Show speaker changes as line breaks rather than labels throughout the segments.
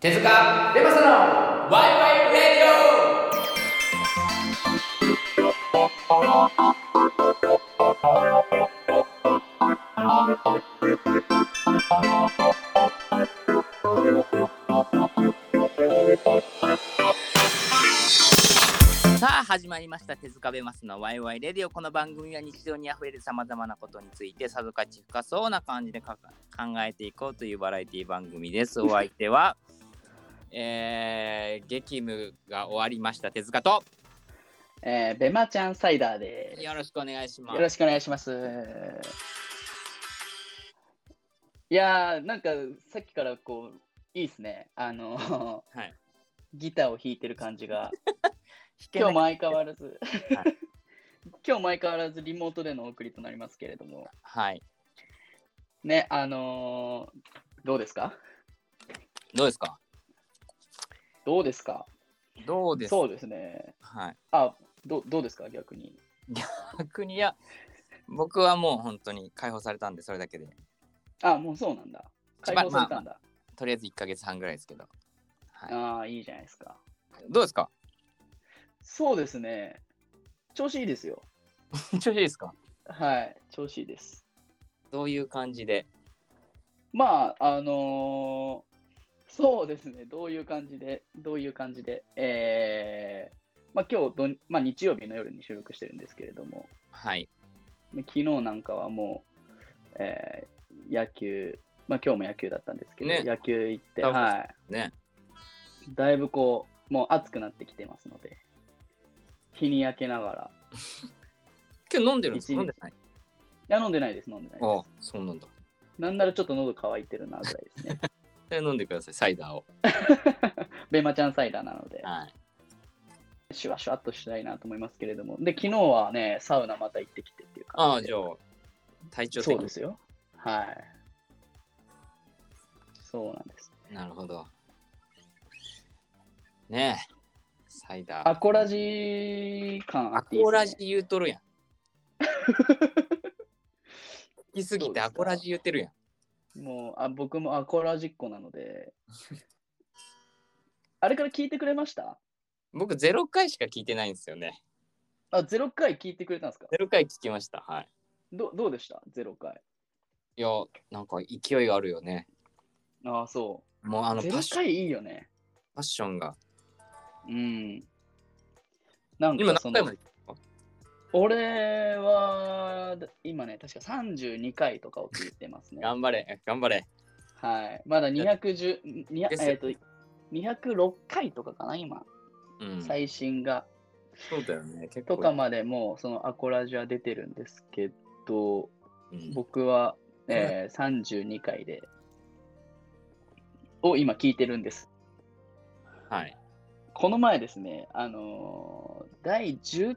手塚レマサのワイワイレディ
さあ始まりました手塚ベマスのワイワイレディオこの番組は日常にあふれるさまざまなことについてさぞかち深そうな感じでか考えていこうというバラエティ番組ですお相手は えー、激務が終わりました手塚と
えー、ベマちゃんサイダーです
よろしくお願いしま
よろ
す
しくお願いしますいやーなんかさっきからこういいっすねあの
はい
ギターを弾いてる感じが
弾けな
今日
い
も相変わらず、
は
今日も相変わらずリモートでのお送りとなりますけれども
はい
ねあのーどうですか
どうですか
どうですか
どうです
そうですね
はい
あどうどうですか逆に
逆にいや僕はもう本当に解放されたんでそれだけで
あもうそうなんだ解放されたんだ、
とりあえず1ヶ月半ぐらいですけど、はい
ああーいいじゃないですか
どうですか
そうですね調子いいですよ
調子いいですか
はい調子いいです
どういう感じで
まああのーそうですねどういう感じでどういう感じでえーまあ今日どん、まあ、日曜日の夜に収録してるんですけれども
はい
昨日なんかはもう、えー野球、まあ今日も野球だったんですけど、
ね
野球行って、
ダブル
は
ね
い、だいぶこう、もう暑くなってきてますので、日に焼けながら、
今日飲んでるんです
一日
か飲んでない
いや飲んでないです、飲んでない
あ
で
あそうなんだ
す。なんならちょっと喉乾いてるなぐらいで すね。
それ飲んでくださいサイダーを
ベマちゃんサイダーなので、
はい
シュワシュワっとしたいなと思いますけれども、で、昨日はね、サウナまた行ってきてっていう
あ
感
あ
じ
じ
で、
ゃあ体調的
そうで
に
すよ。はい。そうなんです。
なるほどねえサイダー
アコラジ感あ
ア
っていいですね
コラジ言うと るやん好きすぎ
そう
て
ですか
アコラジ言ってるやん
もうあ僕もアコラジっ子なの であれから聞いてくれました
僕0回しか聞いてないんですよね
あ0回聞いてくれたんですか
0回聞きましたはい
どどうでした0回
いやなんか勢いがあるよね
ああそ
もうあ
う
のパッ
0
ション
回いいよね
パッションが
うんなん
今何
か
回
その
まで
俺は今ね確か32回とかを聞いてますね
頑張れ頑張れ
はいまだ210にゃ
ですよ
えっ、と206回とかかな今、
うん
最新が
そうだよね結構
とかまでもうそのアコラジは出てるんですけど
うん
僕は、えー32回で、を今聞いてるんです。
はい
この前ですね、あのー第10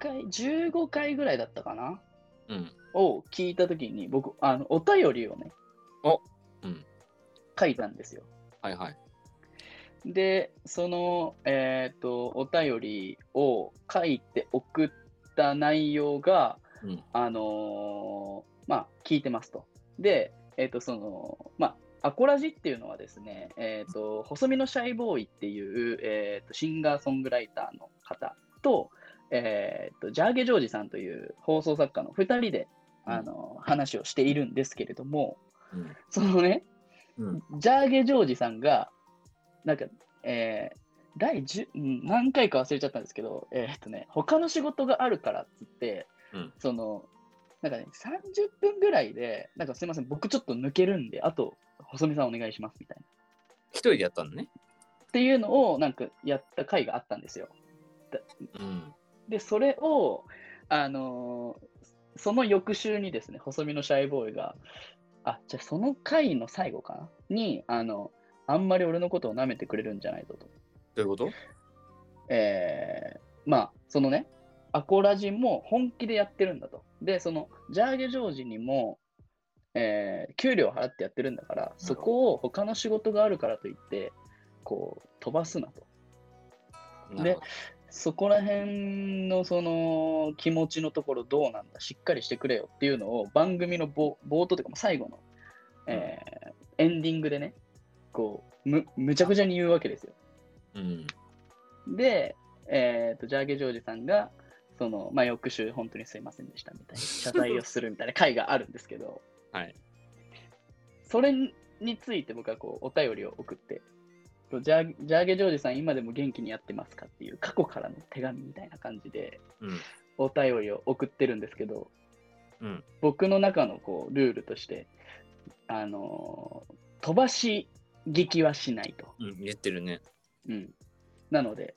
回、15回ぐらいだったかな
うん
を聞いたときに、僕、あの、お便りをね、
おうん
書いたんですよ。
はいはい。
で、その、えっ、と、お便りを書いて送った内容が、
うん
あのーまあ、聞いてますと。で、えっ、と、その、まあ、アコラジっていうのはですね、えっ、と、細身のシャイボーイっていう、えっ、と、シンガーソングライターの方と、えっ、と、ジャーゲジョージさんという放送作家の2人で、あの話をしているんですけれども、
うん
そのね、
うん
ジャーゲジョージさんが、なんか、えー第10うん何回か忘れちゃったんですけど、えーっとね、他の仕事があるからっつって、
うん
その、なんかね、30分ぐらいで、なんかすいません、僕ちょっと抜けるんで、あと、細見さんお願いしますみたいな。
一人でやったのね。
っていうのを、なんか、やった回があったんですよ。
うん。
で、それを、あのーその翌週にですね、細身のシャイボーイが、あ、じゃあその回の最後かなに、あの、あんまり俺のことを舐めてくれるんじゃないぞと。
どういうこと
えーまあ、そのね、アコラジも本気でやってるんだと。で、その、ジャーゲジョージにも、えー給料払ってやってるんだから、そこを他の仕事があるからといって、こう、飛ばすなと。
なるほど
そこら辺のその気持ちのところどうなんだしっかりしてくれよっていうのを番組の冒冒頭というかもう最後の、えーエンディングでねこうむむちゃくちゃに言うわけですよ。
うん。
で、えー、とジャーゲジョージさんがその、まあ、翌週本当にすいませんでしたみ たいな謝罪をするみたいな回があるんですけど
はい
それについて僕はこうお便りを送ってとジャージャーゲジョージさん今でも元気にやってますかっていう過去からの手紙みたいな感じで
うん。
お便りを送ってるんですけど
うん。
僕の中のこうルールとして、あのー飛ばし聞きはしないと。
うん。言ってるね。
うん、なので、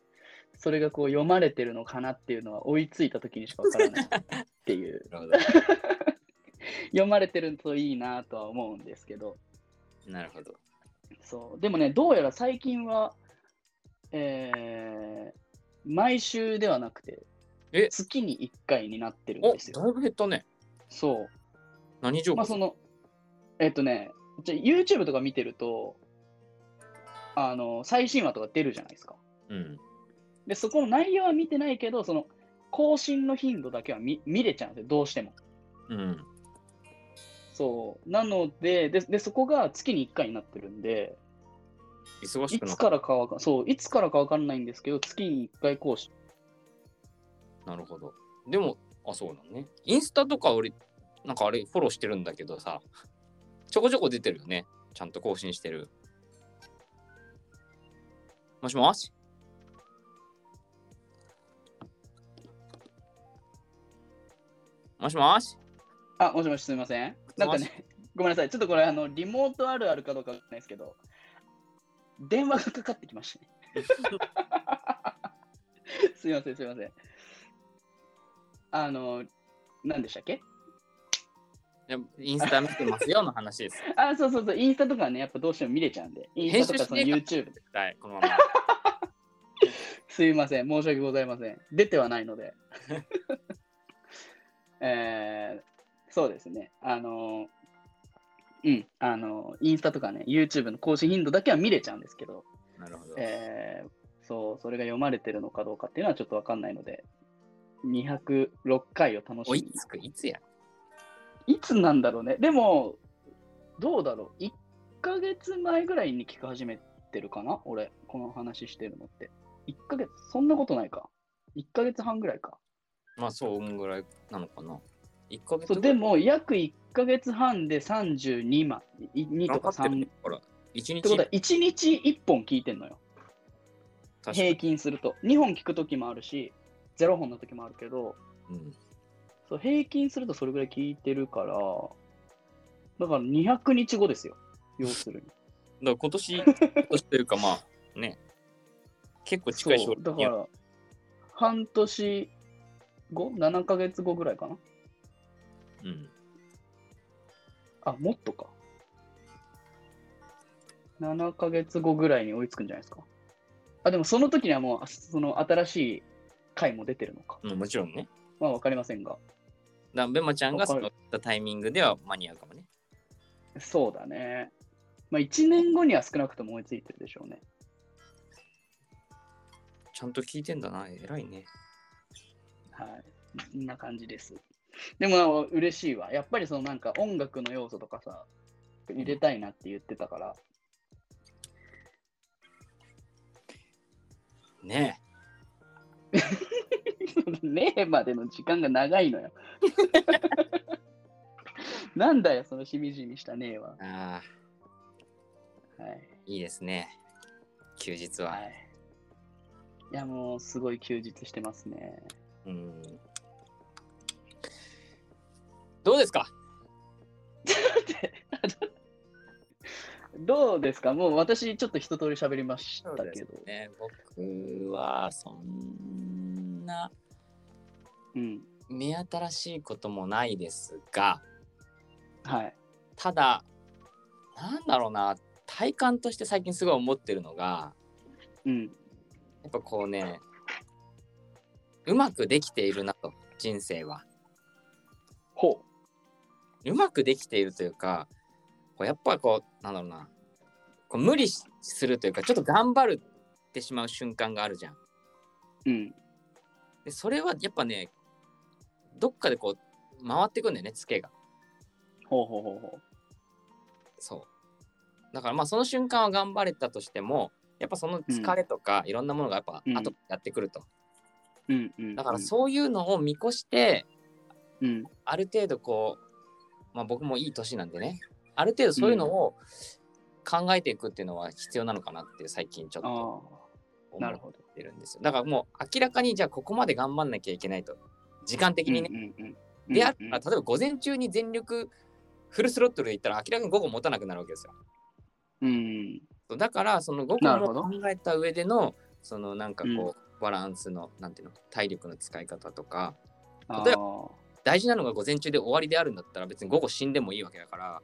それがこう読まれてるのかなっていうのは追いついた時にしかわからないっていう
なるほど。
読まれてるといいなとは思うんですけど
なるほど。
そうでもねどうやら最近は、えー毎週ではなくて
え
月に1回になってるん
お、
ですよ。
だいぶ減ったね。
そ
何情
う
報
まあそのえっとねじゃあ YouTube とか見てるとあの最新話とか出るじゃないですか。
うん。
で、そこの内容は見てないけど、その更新の頻度だけは見見れちゃうんですよ、どうしても。
うん。
そう。なので、で、でそこが月に1回になってるんで、
忙し
い
くなっ
つからかわかそう、いつからかわかんないんですけど、月に1回更新。
なるほど。でも、あ、そうなのね。インスタとか俺、なんかあれフォローしてるんだけどさ、ちょこちょこ出てるよね。ちゃんと更新してる。もしもしもしもし
あ、もしもしすみません。なんかね、 ごめんなさい。ちょっとこれ、あの、リモートあるあるかどうかわかんないですけど、電話がかかってきましたね。 すみません、すみません。あの、何でしたっけ
いやインスタ見てますよの話です。
あ、そうそうそう、インスタとかね、やっぱどうしても見れちゃうんで、インスタとかその
編
YouTube
絶対、このま ま。
すいません、申し訳ございません。出てはないので。 えーそうですね。あのーうん、あのーインスタとかね、YouTube の更新頻度だけは見れちゃうんですけど、
なるほど。
えーそう、それが読まれてるのかどうかっていうのはちょっとわかんないので、206回を楽し
お
み
い
に。
つく、いつや
いつなんだろうね。でも、どうだろう。1ヶ月前ぐらいに聞き始めてるかな俺、この話してるのって。1ヶ月、そんなことないか。1ヶ月半ぐらいか。
まあ、そう、うんぐらいなのかな。1ヶ月
そう、でも、約1ヶ月半で32万、い2とか
かかって
3。
る
っ
から、1日
てことは、1日1本聞いてんのよ。
確か
平
に、
均すると。2本聞くときもあるし、0本のときもあるけど、
うん。
そう平均するとそれぐらい聞いてるから、だから200日後ですよ。要するに。
だから今年、今年というかまあね、結構近い
そ
将
うだ
来
か
には
ら、半年後 ?7 ヶ月後ぐらいかな
うん、
あ、もっとか。7ヶ月後ぐらいに追いつくんじゃないですか。あ、でもその時にはもう、あその新しい回も出てるのか。
まあもちろんね。
まあ、わかりませんが。
だからベマちゃんが
わか
そ
る
のったタイミングでは間に合うかもね。
そうだね。まあ、1年後には少なくとも追いついてるでしょうね。
ちゃんと聞いてんだな、偉いね。
はい。そんな感じです。でも、嬉しいわ。やっぱりそのなんか音楽の要素とかさ、入れたいなって言ってたから、
ね
ねえまでの時間が長いのよ。 なんだよ、そのしみじみしたねえは。
え。ああ、
はい。
いいですね。休日は。
はい、いや、もうすごい休日してますね。
うん。どうですか
どうですかもう私、ちょっと一通り喋りましたけど。
ね、僕はそんな
うん。
目新しいこともないですが、
はい。
ただなんだろうな体感として最近すごい思ってるのが
うん。
やっぱこうねうまくできているなと人生は
ほ
うまくできているというかこうやっぱこうなんだろうなこう無理しするというかちょっと頑張るってしまう瞬間があるじゃん
う。うん。
でそれはやっぱねどっかでこう回ってくんだよねツケが
ほうほうほうほ
そうだからまあその瞬間は頑張れたとしてもやっぱその疲れとかいろんなものがやっぱ
うん
後でやってくると、
うんうん
だからそういうのを見越して
うん、うん
ある程度こう、まあ、僕もいい年なんでねある程度そういうのを考えていくっていうのは必要なのかなって最近ちょっと
ああ
思
なるほ
っ
ど
てるんですよだからもう明らかにじゃあここまで頑張んなきゃいけないと時間的にね、
うんうんうん
であっ
うん
例えば午前中に全力フルスロットルでいったら明らかに午後持たなくなるわけですよ
うん
そうだからその午
な
後
るほど
も考えた上でのそのなんかこう、バランスのなんていうの体力の使い方とか例え
ば
大事なのが午前中で終わりであるんだったら別に午後死んでもいいわけだから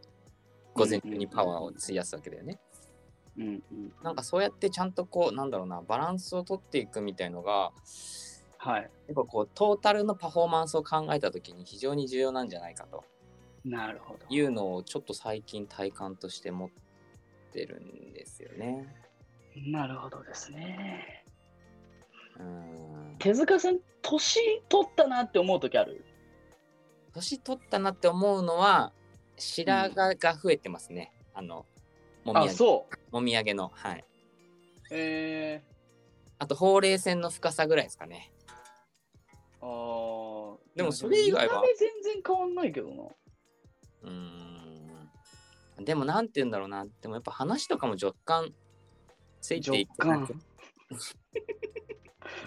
午前中にパワーを費やすわけだよね、
うんうん
なんかそうやってちゃんとこうなんだろうなバランスをとっていくみたいのが
はい
やっぱこうトータルのパフォーマンスを考えた時に非常に重要なんじゃないかと
なるほど
いうのをちょっと最近体感として持ってるんですよね。
なるほどですね
うん
手塚さん年取ったなって思う時ある
年取ったなって思うのは白髪が増えてますね、あのもみ
あ
あげ
そう
もみあげのはい
え
あとほうれい線の深さぐらいですかね
ー、あー
でもそれ以外は
見た目全然変わんないけどな
うーんでもなんて言うんだろうなでもやっぱ話とかも若干ついていけなく
若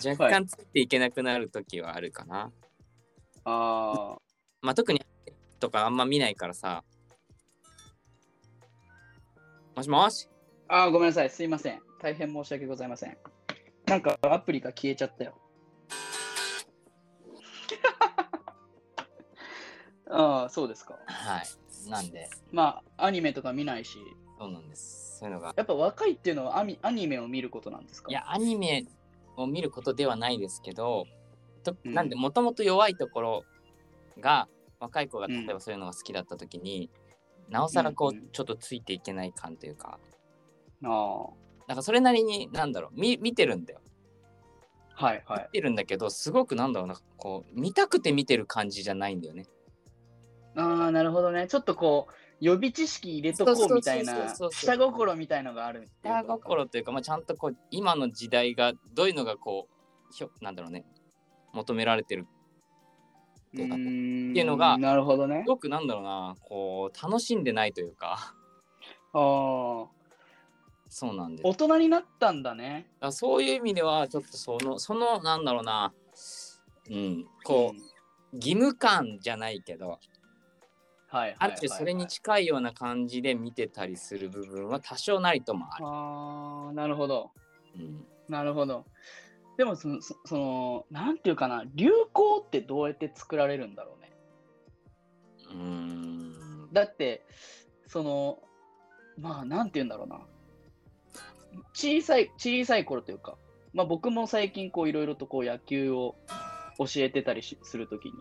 若干ついていけなくなる時はあるかな、
あ
まあ特にとかあんま見ないからさもしもし
ーあーごめんなさいすいません大変申し訳ございませんなんかアプリが消えちゃったよ ああそうですか
はいなんで
まあアニメとか見ないし
そうなんですそういうのが
やっぱ若いっていうのはアミアニメを見ることなんですか
いやアニメを見ることではないですけどと
うん
なんでもともと弱いところが若い子が
う
例
ん
えばそういうのが好きだった時に、なおさらこ
うんうん
うちょっとついていけない感というか
ああは
なんかそれなりになんだろう見見てるんだよ
いは
見
い
てるんだけどすごくなんだろうなこう見たくて見てる感じじゃないんだよね
ああなるほどねちょっとこう予備知識入れとこうみたいな
そうそうそうそうそう
下心みたいのがあるっていうことか
下心というか、まあ、ちゃんとこう今の時代がどういうのがこうひょなんだろうね求められてる
うーん
っていうのが
なるほどね
すごくなんだろうなこう楽しんでないというか
ああ
そうなんです
大人になったんだね
だからそういう意味ではちょっとそのそのなんだろうなうんこ
ん
う義務感じゃないけど
はいはい
ある種それに近いような感じで見てたりする部分は多少なりともある、
ああなるほど
うん、
なるほどでもそのそそのなんていうかな流行ってどうやって作られるんだろうね
うーん
だってそのまあなんて言うんだろうな小さい小さい頃というか、まあ、僕も最近こういろいろとこう野球を教えてたりしするときに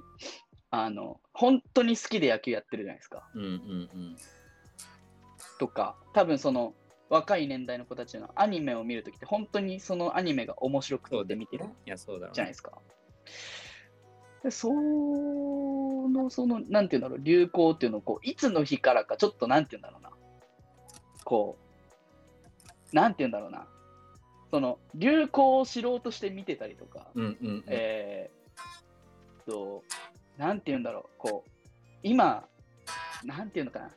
あの本当に好きで野球やってるじゃないですか
うんうんうん
とか多分その若い年代の子たちのアニメを見るときって本当にそのアニメが面白く
そう
て
で
見
見
て
て
る
るいやそうだろう
じゃ
ね
ないですか。でそのそのなんていうんだろう流行っていうのをこういつの日からかちょっとなんていうんだろうなこうなんていうんだろうなその流行を知ろうとして見てたりとか、
うんうんうん
えー、となんていうんだろうこう今なんていうのかな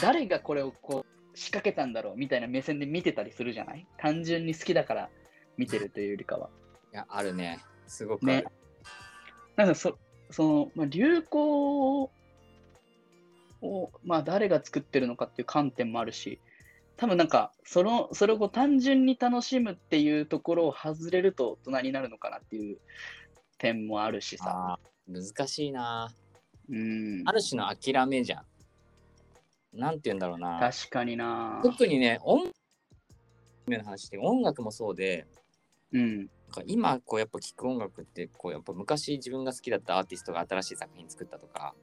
誰がこれをこう仕掛けたんだろうみたいな目線で見てたりするじゃない単純に好きだから見てるというよりかは。
いやあるねすごくあ
ね
る、
なんかそその、まあ、流行を、まあ、誰が作ってるのかっていう観点もあるし多分なんかそのそれをこう単純に楽しむっていうところを外れると大人になるのかなっていう点もあるしさ。
あー難しいな
うん、
ある種の諦めじゃんなんて言うんだろうな
確かにな。
特にね音楽の話で音楽もそうで
うん、
なんか今こうやっぱ聴く音楽ってこうやっぱ昔自分が好きだったアーティストが新しい作品作ったとか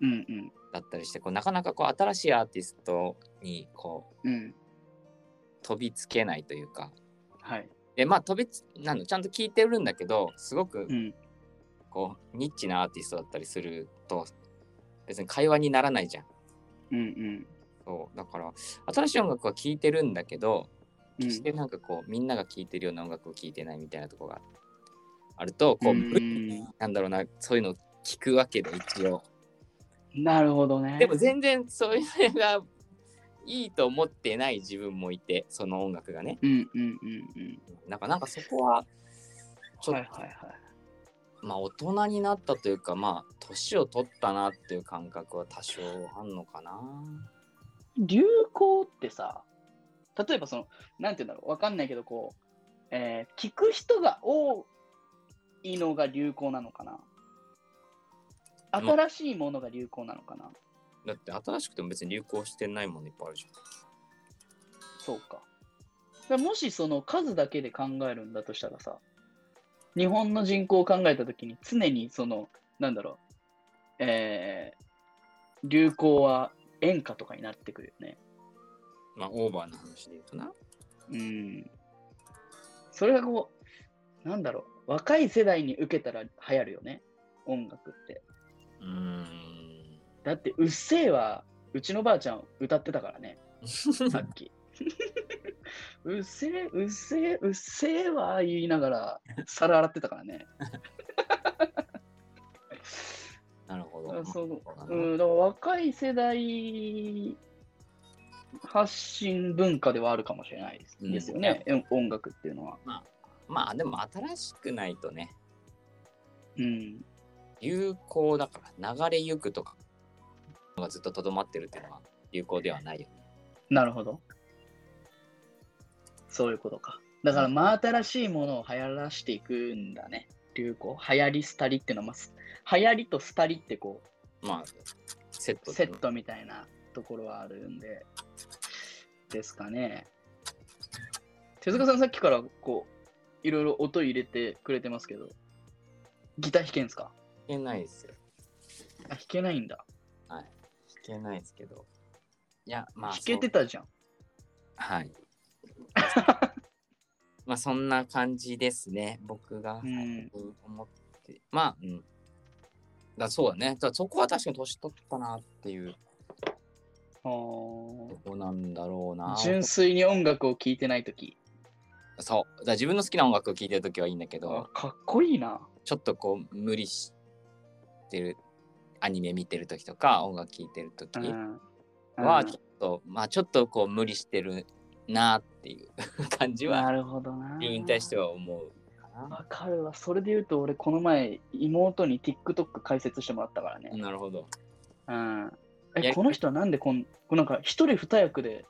うん、うん、
だったりしてこうなかなかこう新しいアーティストにこう
うん。
飛びつけないというか
はい。
でまあ飛びつなんだちゃんと聴いてるんだけどすごく
うん、
こうニッチなアーティストだったりすると別に会話にならないじゃん
うん、うん。
そうだから新しい音楽は聴いてるんだけど
う
決し
ん
てなんかこうみんなが聴いてるような音楽を聴いてないみたいなとこがあるとこう、
うん
なんだろうなそういうのを聞くわけで一応
なるほどね。
でも全然そういうのがいいと思ってない自分もいてその音楽がね
うんうんうんうん。
なんかなんかそこはちょっと
はいはいはい。
まあ大人になったというかまあ年を取ったなっていう感覚は多少あんのかな
流行ってさ、例えばその、なんて言うんだろう、わかんないけど、こう、えー聞く人が多いのが流行なのかな
うん
新しいものが流行なのかな、
だって新しくても別に流行してないものいっぱいあるじ
そうか。だからもしその数だけで考えるんだとしたらさ、日本の人口を考えたときに常にその、なんだろう、えー流行は演歌とかになってくるよね。
ゃんまあオーバーな話で言うとな
うん。それがこう、なんだろう、若い世代に受けたら流行るよね、音楽って。
うーん
だって、うっせぇは、うちのばあちゃん歌ってたからね。さっき。うっせえ、うっせえ、うっせえわ言いながら、皿洗ってたからね。
なるほ
あ
ど
その
うだな
うん、だから若い世代発信文化ではあるかもしれないです,、
うん
よね、えん音楽っていうのは。
まあでも新しくないとね
うん、
流行だから流れゆくとかがずっととどまってるっていうのは流行ではないよね
なるほど。そういうことか。だから真新しいものを流行らしていくんだね。流行。流行り、廃りっていうのは、まあ、流行りと廃りってこう、
まあセット
セ
で
ットみたいなところはあるんで、ですかね。手塚さん、さっきからこう、いろいろ音入れてくれてますけど、ギター弾けんすか
弾けないですよ
あ、弾けないんだ。
弾けないですけどいやまあ
弾けてたじゃん。
はい。まあそんな感じですね。僕が
うん
最近思って、まあ、うん。だそうだね。だそこは確かに年取ったなっていう
あ
と
ー
こなんだろうな。
純粋に音楽を聴いてないとき。
そう。だから自分の好きな音楽を聴いてるときはいいんだけ
あ
ど、
かっこいいな。
ちょっとこう無理してるアニメ見てるときとか音楽聴いてるとき
うん。
は
うん
ちょっと、まあちょっとこう無理してるなっていう感じ
な
は
るほどな。
自分に対しては思うかな。
わかるわ。それで言うと、俺、この前、妹に TikTok 解説してもらったからね。
なるほど。
うん
や
え、
り
この人はなんでこん、こうなんか一人二役で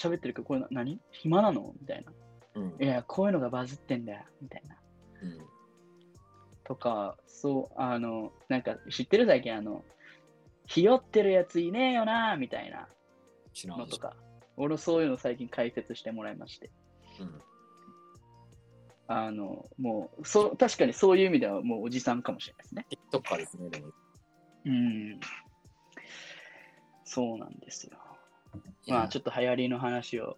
喋ってるけど、これな何暇なのみたいな。
うん
いや、こういうのがバズってんだよ、みたいな。
うん
とか、そう、あの、なんか知ってる最近、あの、ひよってるやついねえよな、みたいな
知らん
のとか。俺、そういうの最近解説してもらいまして。
うん
あの、もう、そう、確かにそういう意味ではもうおじさんかもしれないですね。
TikTok からですね、でも。
うん。そうなんですよ。まあ、ち
ょ
ょっと流行りの話を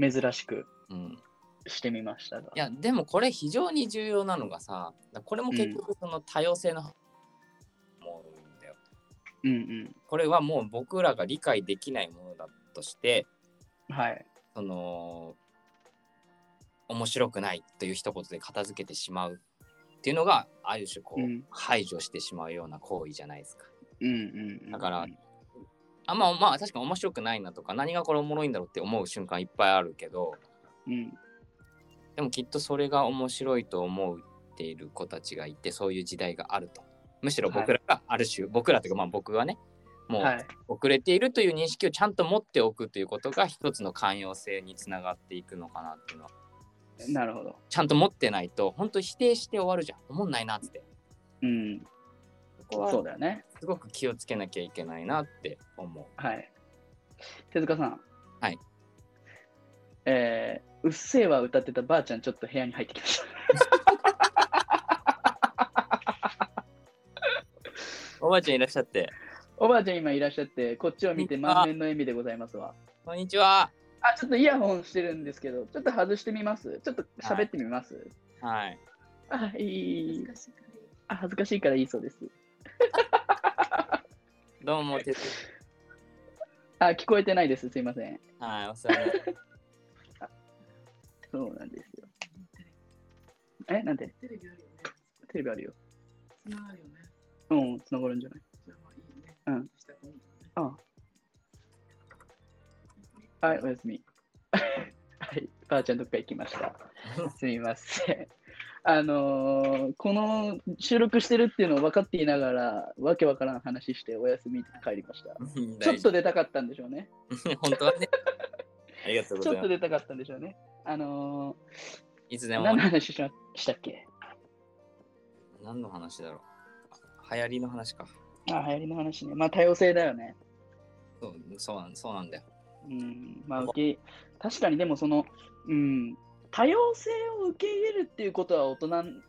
珍しく
っと、うん。
してみましたが。
いや、でもこれ非常に重要なのがさ、これも結局その多様性の、もうんだよ。
うん
これはもう僕らが理解できないものだとして、
うん。はい。
その、面白くないという一言で片付けてしまうっていうのが、ある種こう、
うん
排除してしまうような行為じゃないですか。
うんうんうん。
だからあんま、まあ確かに面白くないなとか、何がこれおもろいんだろうって思う瞬間いっぱいあるけど、
うん。
でもきっとそれが面白いと思っている子たちがいてそういう時代があると。むしろ僕らがある種、僕らというかまあ僕はねも
は
う
い。
遅れているという認識をちゃんと持っておくということが一つの寛容性につながっていくのかなっていうのは
なるほど。
ちゃんと持ってないと本当否定して終わるじゃん思んないなっつって
うん。
そこ
そう
は
だよね。
すごく気をつけなきゃいけないなって思
はい。手塚さん。
はい。
えー、うっせぇわ歌ってたばあちゃん、ちょっと部屋に入ってきました。
うおばあちゃんいらっしゃって
おばあちゃん今いらっしゃって、こっちを見て満面の笑みでございますわ。
こんにちは
あ、ちょっとイヤホンしてるんですけど、ちょっと外してみます。ちょっと喋ってみます。
はい
あ、いいい
恥
いい
ず。
い
かしいから
あ、恥ずかしいからいいそうです。
どうもてつ
あ、聞こえてないです。すいません。
はい、お世話になりました
そうなんですよ。え、なんで
テレビあるよね。
テレビあるよ。
つながるよね。
うん、つながるんじゃない
それはいいね。
うん
したと思うね。
ああはい、おやすみ。はい、ばあちゃんどっか行きま した。すみません。あのーこの収録してるっていうのを分かっていながら、わけわからん話しておやすみって帰りました。
うん
ちょ
大
っ
丈
と出たかったんでしょうね。
夫。 本当はね。ありがとうご
ち
ざい
ょ
ま
っ
す。
と出たかったんでしょうね。あの
いつで
ー、
も
何の話しましたっけ
何の話だろう。あ流行りの話か。
あ、流行りの話ね。まあ多様性だよね。
そうそうなんそうなんだよ。
うん、まあ受け、確かにでもその、うん、多様性を受け入れるっていうことは大人ん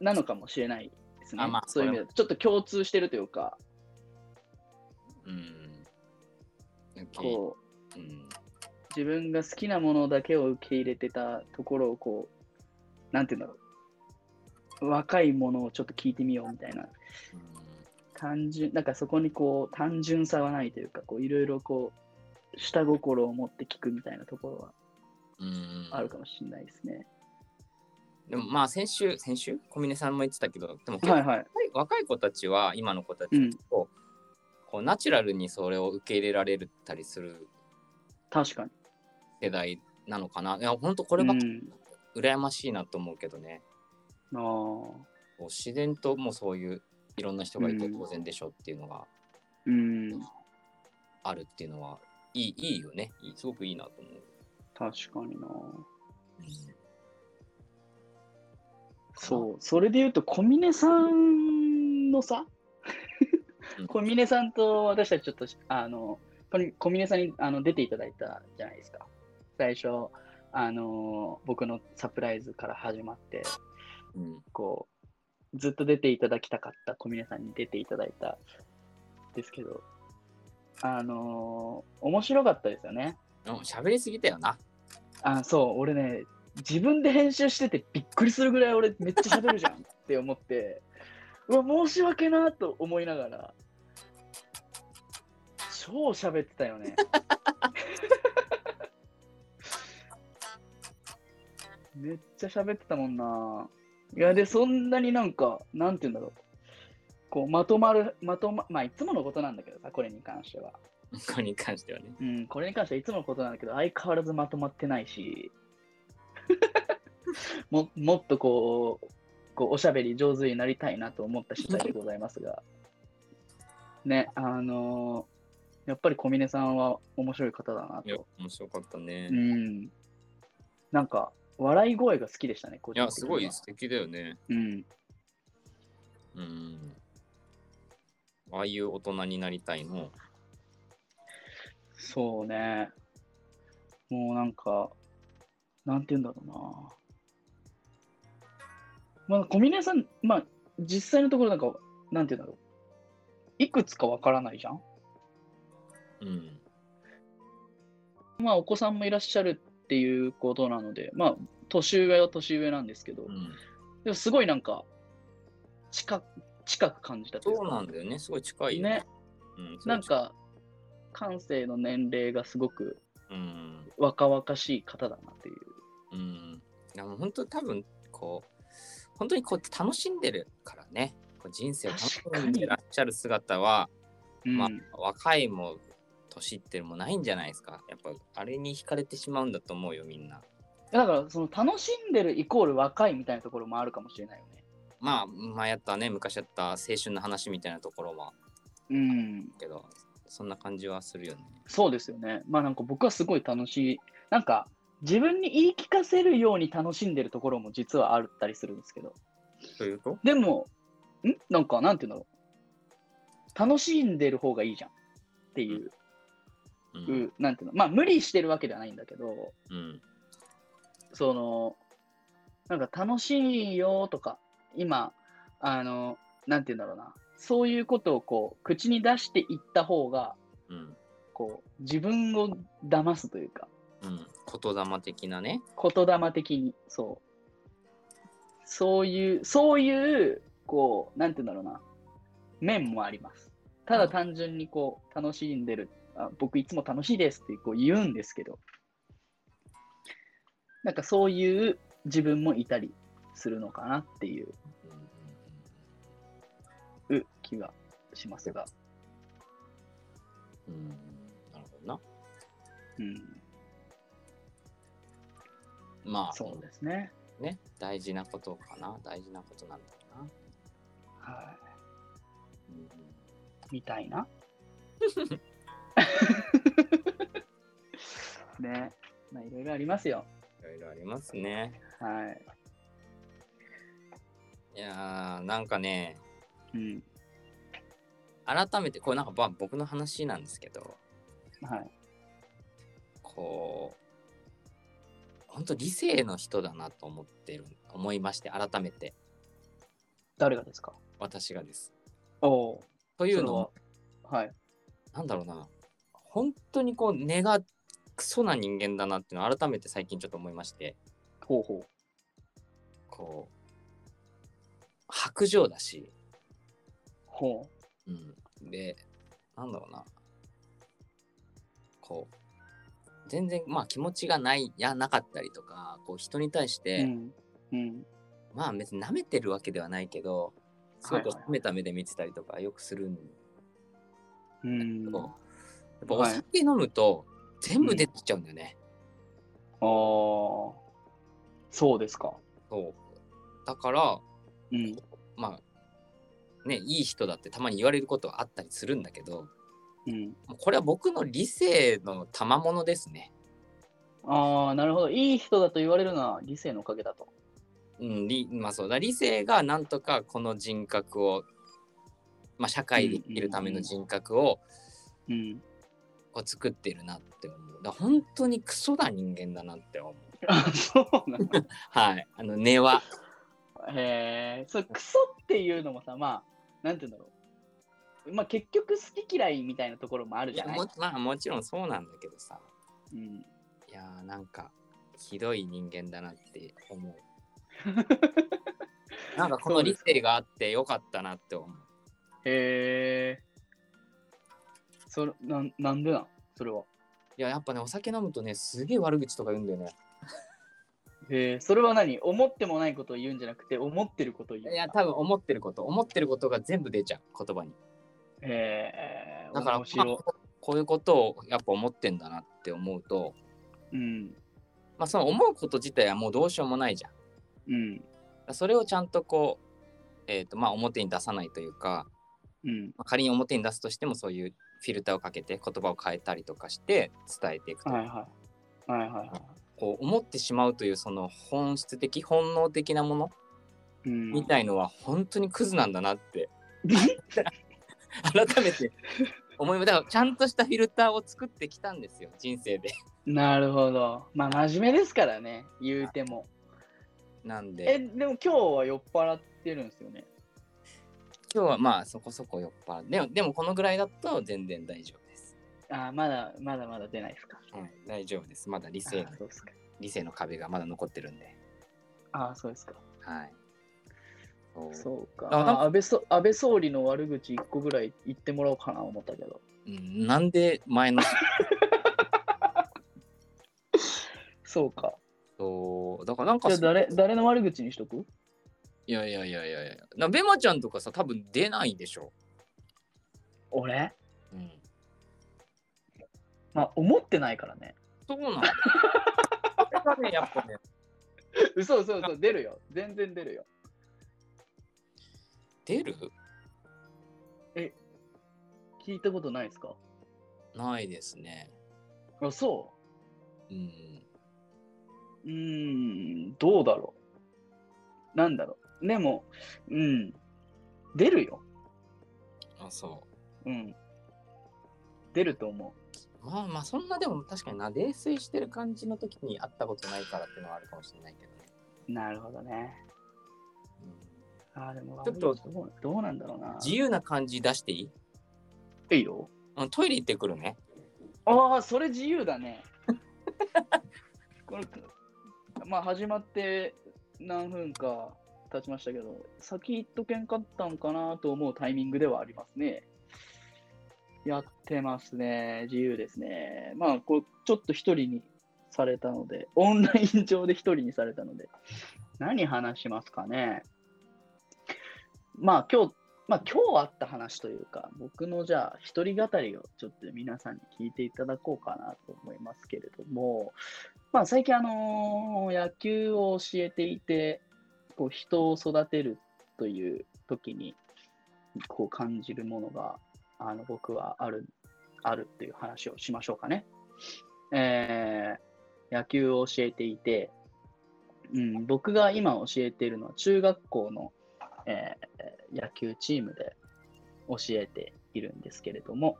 なのかもしれないですね。
あまあ
そういう意味だと、ちょっと共通してるというか、
うん。
こう、
うん、
自分が好きなものだけを受け入れてたところをこうなんていうんだろう若いものをちょっと聞いてみようみたいな単純なんかそこにこう単純さはないというかこういろいろこう下心を持って聞くみたいなところは
うん、
あるかもしれないですね、
でもまあ先週先週小峰さんも言ってたけどでも
はいはい
若い若い子たちは今の子たち
うん
を、こうナチュラルにそれを受け入れられたりする
確かに
世代なのかないや本当こ
う
れは
ん
羨ましいなと思うけどね、
あー
こう自然ともうそういういろんな人がいて
うん
当然でしょっていうのが
うん
あるっていうのはいい,、いいよねいいすごくいいなと思う。
確かになそうそれで言うと小峰さんのさ
うん
小峰さんと私たちちょっとしあのこれ小峰さんにあの出ていただいたじゃないですか最初あの僕のサプライズから始まって
うん
こうずっと出ていただきたかった小峰さんに出ていただいたんですけどあの面白かったですよね
うん喋りすぎたよな。
あそう俺ね自分で編集しててびっくりするぐらい俺めっちゃ喋るじゃんって思って うわ申し訳なと思いながら超喋ってたよねめっちゃ喋ってたもんないやでそんなになんかなんて言うんだろうこうまとまるまとままあいつものことなんだけどさこれに関しては
これに関してはね。
うん、これに関してはいつものことなんだけど、相変わらずまとまってな いし、ももっとこう、こうおしゃべり上手になりたいなと思った次第でございますが、ね、あのーやっぱり小峰さんは面白い方だない
や
と。
面白かったね。
う
い
ん。なんか、笑い声が好きでしたね、個人
や
的
す
には
ごい素敵だよね。
うん。
うん。ああいう大人になりたいの。
そうね。もうなんか、なんて言うんだろうな。まあ、小峰さん、まあ、実際のところなんか、なんて言うんだろう。いくつかわからないじゃん
うん。
まあ、お子さんもいらっしゃるっていうことなので、まあ、年上は年上なんですけど、
うん、
でもすごいなんか、近く、近く感じたとい
そうう
か
なんだよね。すごい近いよ
ね。。
うん、すごい
なん、か、感性の年齢がすごく
うん。
若々しい方だなっていう。
うん。いや、もう本当多分、こう、本当にこう楽しんでるからね。こう人生を楽しんでらっしゃる姿は、
うん、
まあ、若いも年いってるもないんじゃないですか。やっぱ、あれに惹かれてしまうんだと思うよ、みんな。
だからその楽しんでるイコール若いみたいなところもあるかもしれないよね。
まあ、前やったね、昔やった青春の話みたいなところは、
うん、
けど、そんな感じはするよね。
そうですよね。まあなんか僕はすごい楽しい。なんか自分に言い聞かせるように楽しんでるところも実はあったりするんですけど。
というと
でも、んなんかなんていうんだろう。楽しんでる方がいいじゃんっていう、
う。
うんんなんていうの。まあ無理してるわけではないんだけど、
うん。
その、なんか楽しいよとか、今、あの、なんて言うんだろうな、そういうことをこう、口に出していった方が、
うん。
こう、自分を騙すというか、
うん、言霊的なね。
言霊的に、そう。そういう、そういう、こう、なんて言うんだろうな、面もあります。ただ単純にこう、楽しんでるあ僕いつも楽しいですってこう言うんですけど、なんかそういう自分もいたりするのかなっていう気がしますが、
うんうんうんなるほどな。
うん、
まあ、
そうですね。
ね、大事なことかな、大事なことなんだろうな。
は
うんうん
い、みたいな。 ね、まあいろいろありますよ。
いろいろありますね。
はい
やー、なんかね、
い。うん。
改めて、これなんかば僕の話なんですけど、
はい。
こう、本当理性の人だなと思ってる、思いまして、改めて、
誰がですか
私がです。
おお。
と
と
いうのも、
はい。
なんだろうな、本当にこう、根がクソな人間だなっていうのを改めて最近ちょっと思いまして、
ほうほう。
こう、白状だし、
ほ
うん、で、なんだろうな、こう、全然、まあ気持ちがない、いや、なかったりとか、こう、人に対し
う。
て、
うん。うん。
まあ別に舐めてるわけではないけど、すごく
はいはいはい
冷めた目で見てたりとかよくするんだ
う
け
ん
ど、。やっぱお酒飲むと、全部出てきちゃうんだよね。
ああ。そうですか。
そう。だから、
うん。
まあ、ね、いい人だってたまに言われることはあったりするんだけど、
うん。
もうこれは僕の理性の賜物ですね。
ああ、なるほど。いい人だと言われるのは理性のおかげだと。
うん、理まあそうだ理性がなんとかこの人格を、まあ、社会で生きるための人格を
うん。
こう作ってるなって思う。だから本当にクソな人間だなって思う。
あそうなんだ。
はい。あの根は。
へえ。そう、クソっていうのもさ、まあ、なんて言うんだろう。まあ、結局好き嫌いみたいなところもある
い
じゃ
や
ない
もまあもちろんそうなんだけどさ。
うん。
いやーなんかひどい人間だなって思う。なんかこの理性があってよかったなって思う。
へえ。それ、なん、なんでなんそれは。
いややっぱねお酒飲むとねすげえ悪口とか言うんだよね。
へえ。それは何思ってもないことを言うんじゃなくて、思ってることを言うんだ
いや多分思ってること思ってることが全部出ちゃう言葉に。
へえ。
だから、
面白い
まあこういうことをやっぱ思ってんだなって思うと、
うん。
まあ、その思うこと自体はもうどうしようもないじゃん。だか
うん。
らそれをちゃんとこう、えーとまあ、表に出さないというか、
うん。
まあ仮に表に出すとしてもそういうフィルターをかけて言葉を変えたりとかして伝えていくと、
はいはい。はいはいは
こう思ってしまうというその本質的本能的なもの
い。うん。
みたいのは本当にクズなんだな って、改めて思いますだからちゃんとしたフィルターを作ってきたんですよ人生で。
なるほど。まあ、真面目ですからね、言うても。
なんで
え、でも今日は酔っ払ってるんですよね。
今日はまあそこそこ酔っ払うでもでもこのぐらいだと全然大丈夫です、
あーまだまだまだ出ないですか。
はい、大丈夫ですまだ理
あ
性
ーそうですか。
理性の壁がまだ残ってるんで
あーそうですか。
はいそう
そうか。
あなんか
あー安倍そ安倍総理の悪口一個ぐらい言ってもらおうかな思ったけど。
うん、なんで前の
そうか。
そう だからなんか
じゃあ
そう
誰誰の悪口にしとく
いやいやいやいやいやなベマちゃんとかさ多分出ないでしょ、
俺
うん、
まあ、思ってないからね。
そうなの これがねやっぱね
嘘嘘嘘、出るよ。全然出るよ。
出る
聞いたことないですか
ないですね
あ、そ
うん
う。うーん、どうだろう。なんだろう。でも、うん、出るよ。
あそ
うん。出ると思
うまあまあそんなでも確かにな泥酔してる感じの時に会ったことないからっていうのはあるかもしれないけどね、
う。なるほどね。
うん
あーでも
ちょっと
悪いどうどうなんだろうな。
自由な感じ出していい
由よ。
うんトイレ行ってくるね。
ああ、それ自由だね。これ、まあ、始まって何分か経ちましたけど、先行っとけんかったんかなと思うタイミングではありますね。やってますね。自由ですね。まあ、こう、ちょっと一人にされたので、オンライン上で一人にされたので、何話しますかね。まあ、今日、まあ、今日あった話というか、僕のじゃあ、一人語りをちょっと皆さんに聞いていただこうかなと思いますけれども、まあ、最近、あのー野球を教えていて、こう、人を育てるという時に、こう感じるものが、あの僕はある、あるっていう話をしましょうかね。えー野球を教えていて、うん、僕が今教えているのは中学校の、えー野球チームで教えているんですけれども、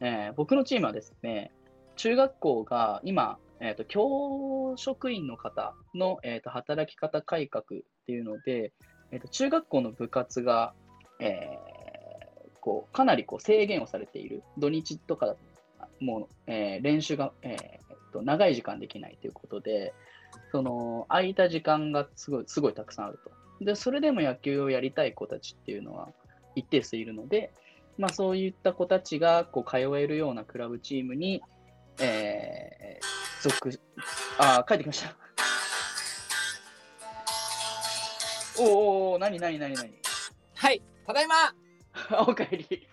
えー僕のチームはですね、中学校が今、えーと教職員の方の、えーと働き方改革っていうので、えーと中学校の部活が、えーこうかなりこう制限をされている、土日とかだともう、えー練習が、えーえっと長い時間できないということで、その空いた時間がすごいすごいたくさんあると。で、それでも野球をやりたい子たちっていうのは一定数いるので、まあ、そういった子たちがこう通えるようなクラブチームに、えー、属あー、帰ってきました。おーおーおー、なになになに なに
はい、ただいま
おかえり。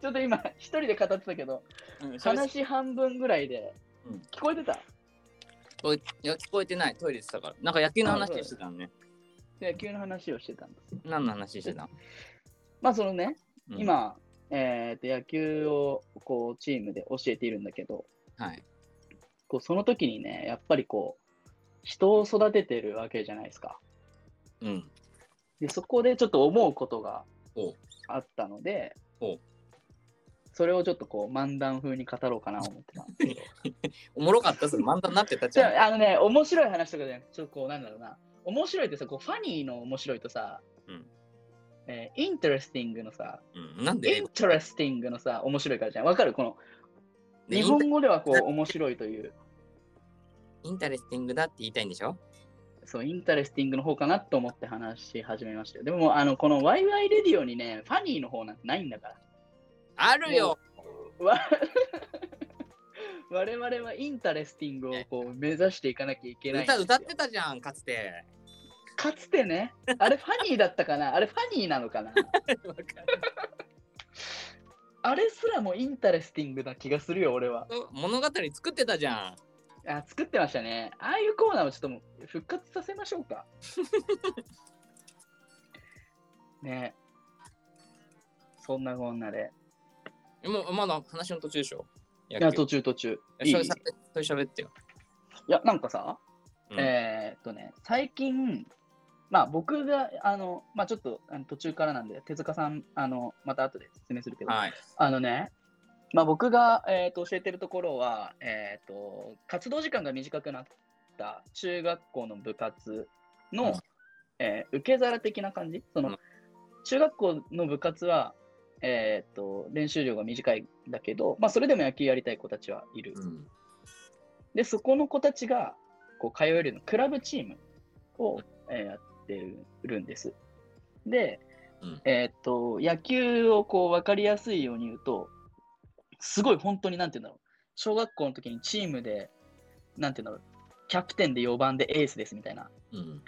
ちょっと今、一人で語ってたけど、
話
話半分ぐらいで
うん、
聞こえてた
いや聞こえてない、トイレしてたから。なんか野球の話してたのね。
野球の話をしてたんです。
何の話してたの、
まあ、そのね、
うん、
今、えーと野球をこうチームで教えているんだけど、
はい。
こうその時にね、やっぱりこう、人を育ててるわけじゃないですか。
うん。
で、そこでちょっと思うことが
おう
あったので
おう、
それをちょっとこう漫談風に語ろうかなと 思ってたんですけど。
おもろかったそれ漫談になってたじ
じ
ゃん。
ゃあ、あのね、面白い話とかじゃなくて、ちょっとこう、なんだろうな、面白いってさ、こうファニーの面白いとさ、
うん
えーインテレスティングのさ、
うん、なん
イ
で
ンテレスティングのさ、面白いからじゃん。わかるこの、日本語ではこう、面白いという、
インタレスティングだって言いたいんでしょ
そう、インテレスティングの方かなと思って話し始めましたよ。でももう、あの、この YY レディオにね、ファニーの方なんてないんだから。
あるよ
わ我々はインタレスティングをこう目指していかなきゃいけないんです
歌
よ。
歌ってたじゃん、かつ て。
かつてね、あれファニーだったかなあれファニーなのかなあれすらもインタレスティングな気がするよ、俺は。
物語作ってたじゃん。
あ作ってましたね。ああいうコーナーをちょっともう復活させましょ うか。ねそんなこんなで。
えもうまだ話の途中でしょい
いや、途中途中。いいい
しゃ
い
べしゃべしゃべってよ。
や、なんかさ、
うん
えーっとね、最近、まあ僕が、あの、まあちょっとあの途中からなんで、手塚さん、あの、また後で説明するけど、
はい。
あのね、まあ、僕が、えー、と教えてるところは、えーと、活動時間が短くなった中学校の部活の、
うん
えー受け皿的な感じその、
うん
中学校の部活は、えー、と練習量が短いんだけど、まあ、それでも野球やりたい子たちはいる。
うん
で、そこの子たちがこう通えるのクラブチームを、えーやってるんです。で、
うん
えーっと、野球をこう分かりやすいように言うと、すごい本当になんて言うんだろう。小学校の時にチームで、なんて言うんだろう。キャプテンで4番でエースですみたいな
うん。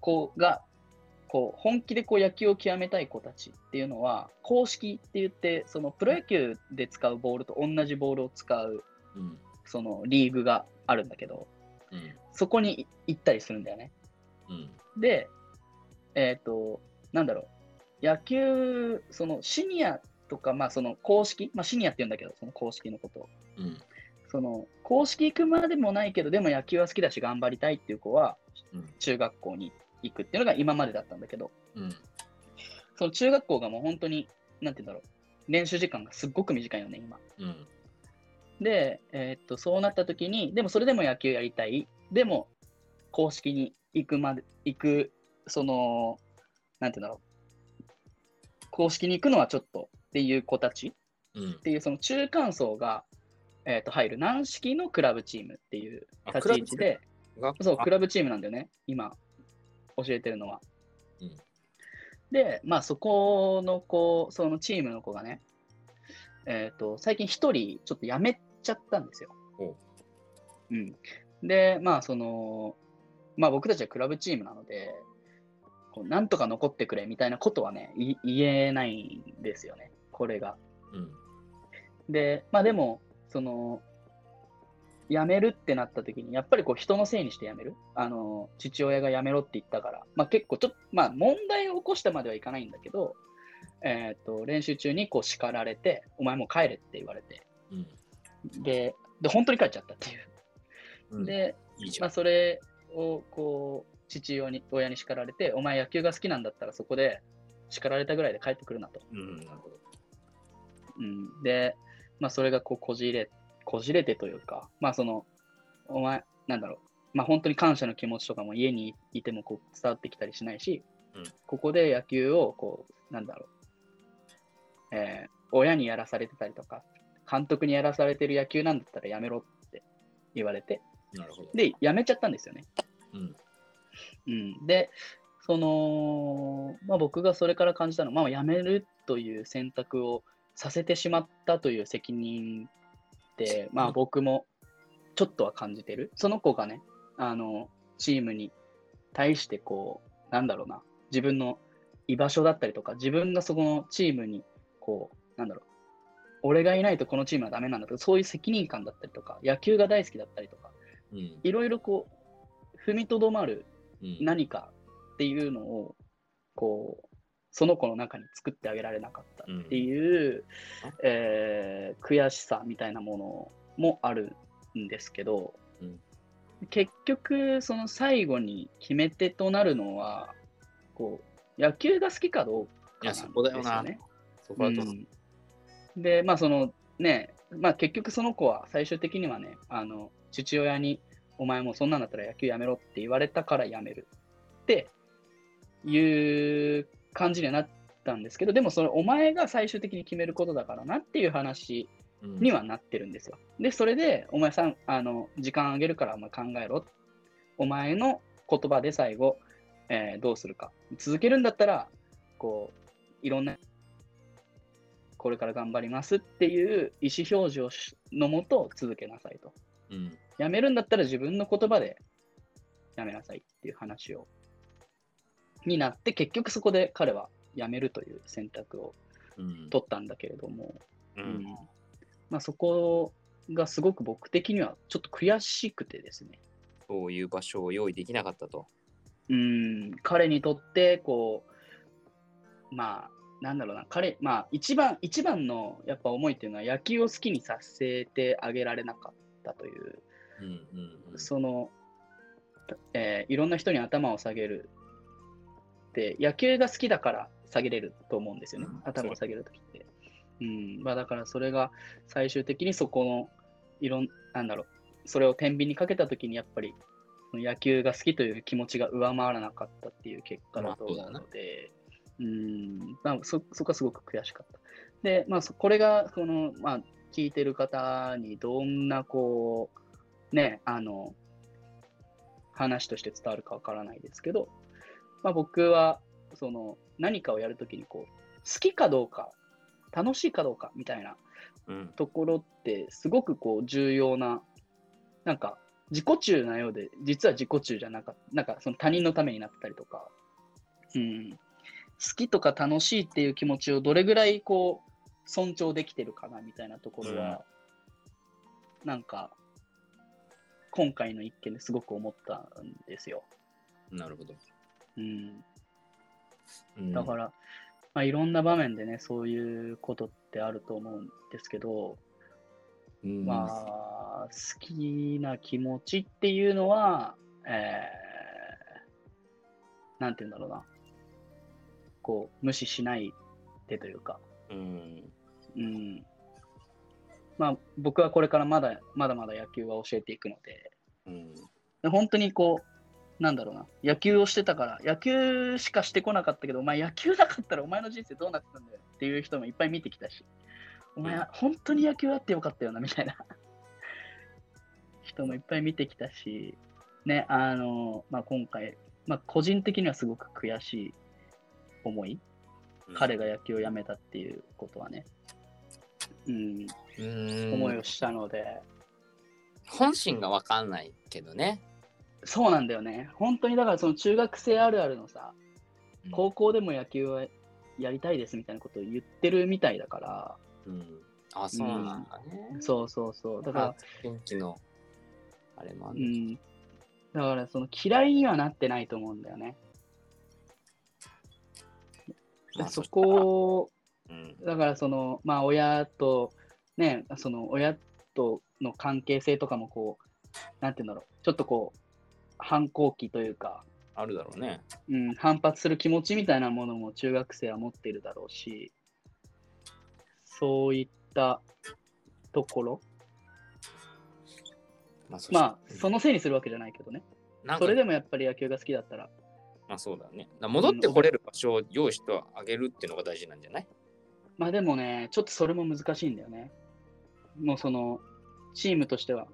子が、こう本気でこう野球を極めたい子たちっていうのは、公式って言って、そのプロ野球で使うボールと同じボールを使う
うん。
そのリーグがあるんだけど、
うん。
そこに行ったりするんだよね。
うん。
で、えっ、と、なんだろう、野球、そのシニアとか、まあその公式、まあシニアって言うんだけど、その公式のことを
うん。
その公式行くまでもないけど、でも野球は好きだし頑張りたいっていう子は
うん、
中学校に行くっていうのが今までだったんだけど、
うん。
その中学校がもう本当に、なんて言うんだろう、練習時間がすっごく短いよね、今。
うん。
で、えーっと、そうなった時に、でもそれでも野球やりたい。でも、公式に行くまで、行く、その、なんていうんだろう。公式に行くのはちょっとっていう子たち
うん
っ。ていう、その中間層が、えーっと、入る軟式のクラブチームっていう
あ
立ち位置で、
学
そう、
あ
クラブチームなんだよね、今、教えてるのは。
うん
で、まあ、そこの子、そのチームの子がね、えー、と最近一人ちょっと辞めちゃったんですよ
お。
うん、でまあその、まあ、僕たちはクラブチームなのでこうなんとか残ってくれみたいなことはねい言えないんですよねこれが。
うん。
でまあでもその辞めるってなった時にやっぱりこう人のせいにして辞めるあの父親が辞めろって言ったから、まあ、結構ちょっと、まあ、問題を起こしたまではいかないんだけど、えー、と練習中にこう叱られて「お前もう帰れ」って言われて
うん。
でで本当に帰っちゃったっていう。
うん、
で、
いいじゃ
まあ、
ん。
それをこう父親に親に叱られて「お前野球が好きなんだったらそこで叱られたぐらいで帰ってくるな」と。
うん、なるほど。
うん、で、まあ、それがこうこじれこじれてというか、まあ、そのお前なんだろう、まあ、本当に感謝の気持ちとかも家にいてもこう伝わってきたりしないし、
うん
ここで野球をこうなんだろう、えー親にやらされてたりとか監督にやらされてる野球なんだったらやめろって言われて
なるほど。
でやめちゃったんですよね。
うん。
うん、でその、まあ、僕がそれから感じたのは、まあ、辞めるという選択をさせてしまったという責任って、ま
う
あ、
ん
僕もちょっとは感じてるその子がねあのチームに対してこうなんだろうな自分の居場所だったりとか自分がそこのチームにこうなんだろう俺がいないとこのチームはダメなんだとかそういう責任感だったりとか野球が大好きだったりとか
うん。
いろいろこう踏みとどまる
うん。
何かっていうのをこうその子の中に作ってあげられなかったっていう、
うん
えー悔しさみたいなものもあるんですけど、
うん
結局その最後に決め手となるのはこう野球が好きかどうか
いや、
なんです
そ
よ
こだよな。
ね。
そこだと、
うんでまあそのねまあ結局その子は最終的にはねあの父親に「お前もうそんなんだったら野球やめろ」って言われたからやめるっていう感じにはなったんですけどでもそれお前が最終的に決めることだからなっていう話
うん
にはなってるんですよ。でそれで「お前さんあの時間あげるからお前考えろ」お前の言葉で最後、えーどうするか続けるんだったらこういろんなこれから頑張りますっていう意思表示をしのもと続けなさいと
うん。
やめるんだったら自分の言葉でやめなさいっていう話をになって結局そこで彼はやめるという選択を
うん。
取ったんだけれども、
う
うん
ん。
まあ、そこがすごく僕的にはちょっと悔しくてですね
そういう場所を用意できなかったと。
うん、彼にとって、こう、まあ、なんだろうな、彼、まあ、一番、一番のやっぱ思いっていうのは、野球を好きにさせてあげられなかったという、
うんうんうん。
その、えーいろんな人に頭を下げるって、野球が好きだから下げれると思うんですよね、
うん
頭を下げるときって。うん、まあ、だからそれが最終的にそこの、いろん、なんだろう、それを天秤にかけたときに、やっぱり野球が好きという気持ちが上回らなかったっていう結果だと思うので、うん、まあ、そそこはすごく悔しかった。で、まあ、そこれが、この、まあ、聞いてる方にどんな、こう、ね、あの、話として伝わるかわからないですけど、まあ、僕は、その、何かをやるときに、こう、好きかどうか、楽しいかどうかみたいな
うん。
ところってすごくこう重要ななんか自己中なようで実は自己中じゃなかったなんかその他人のためになったりとか、うん、好きとか楽しいっていう気持ちをどれぐらいこう尊重できてるかなみたいなところは、なんか今回の一件ですごく思ったんですよ。
なるほど。
うん、
うん
だから、まあ、いろんな場面でねそういうことってあると思うんですけど、
うん
まあ、好きな気持ちっていうのは、えー、なんて言うんだろうな。こう、無視しないでというか、
うん。
うん。まあ、僕はこれからまだまだまだ野球は教えていくので、
うん。
本当にこう、なんだろうな、野球をしてたから、野球しかしてこなかったけど、お前野球なかったらお前の人生どうなってたんだよっていう人もいっぱい見てきたし、お前
うん
本当に野球あってよかったよなみたいな人もいっぱい見てきたし、ね、あの、まあ、今回、まあ、個人的にはすごく悔しい思い、彼が野球をやめたっていうことはね、うん、
うーん
思いをしたので、
本心がわかんないけどね。
そうなんだよね。本当にだからその中学生あるあるのさ、高校でも野球はやりたいですみたいなことを言ってるみたいだから、
うん、あ、そうなんだね。
そうそうそう。
だ
だから、、
天気の、あれもあ
う
るね。
ん。だからその嫌いにはなってないと思うんだよね。
まあ
そこを、
そしたらうん
だからその、まあ親と、ね、その親との関係性とかもこう、なんて言うんだろう、ちょっとこう、反抗期というか、
あるだろうね。
うん、反発する気持ちみたいなものも中学生は持っているだろうし、そういったところ、
まあ、そ
まあ、そのせいにするわけじゃないけどね、
なんか
それでもやっぱり野球が好きだったら、
まあそうだね。だから戻ってこれる場所を用意してあげるっていうのが大事なんじゃない
まあでもね、ちょっとそれも難しいんだよね。もうその、チームとしては、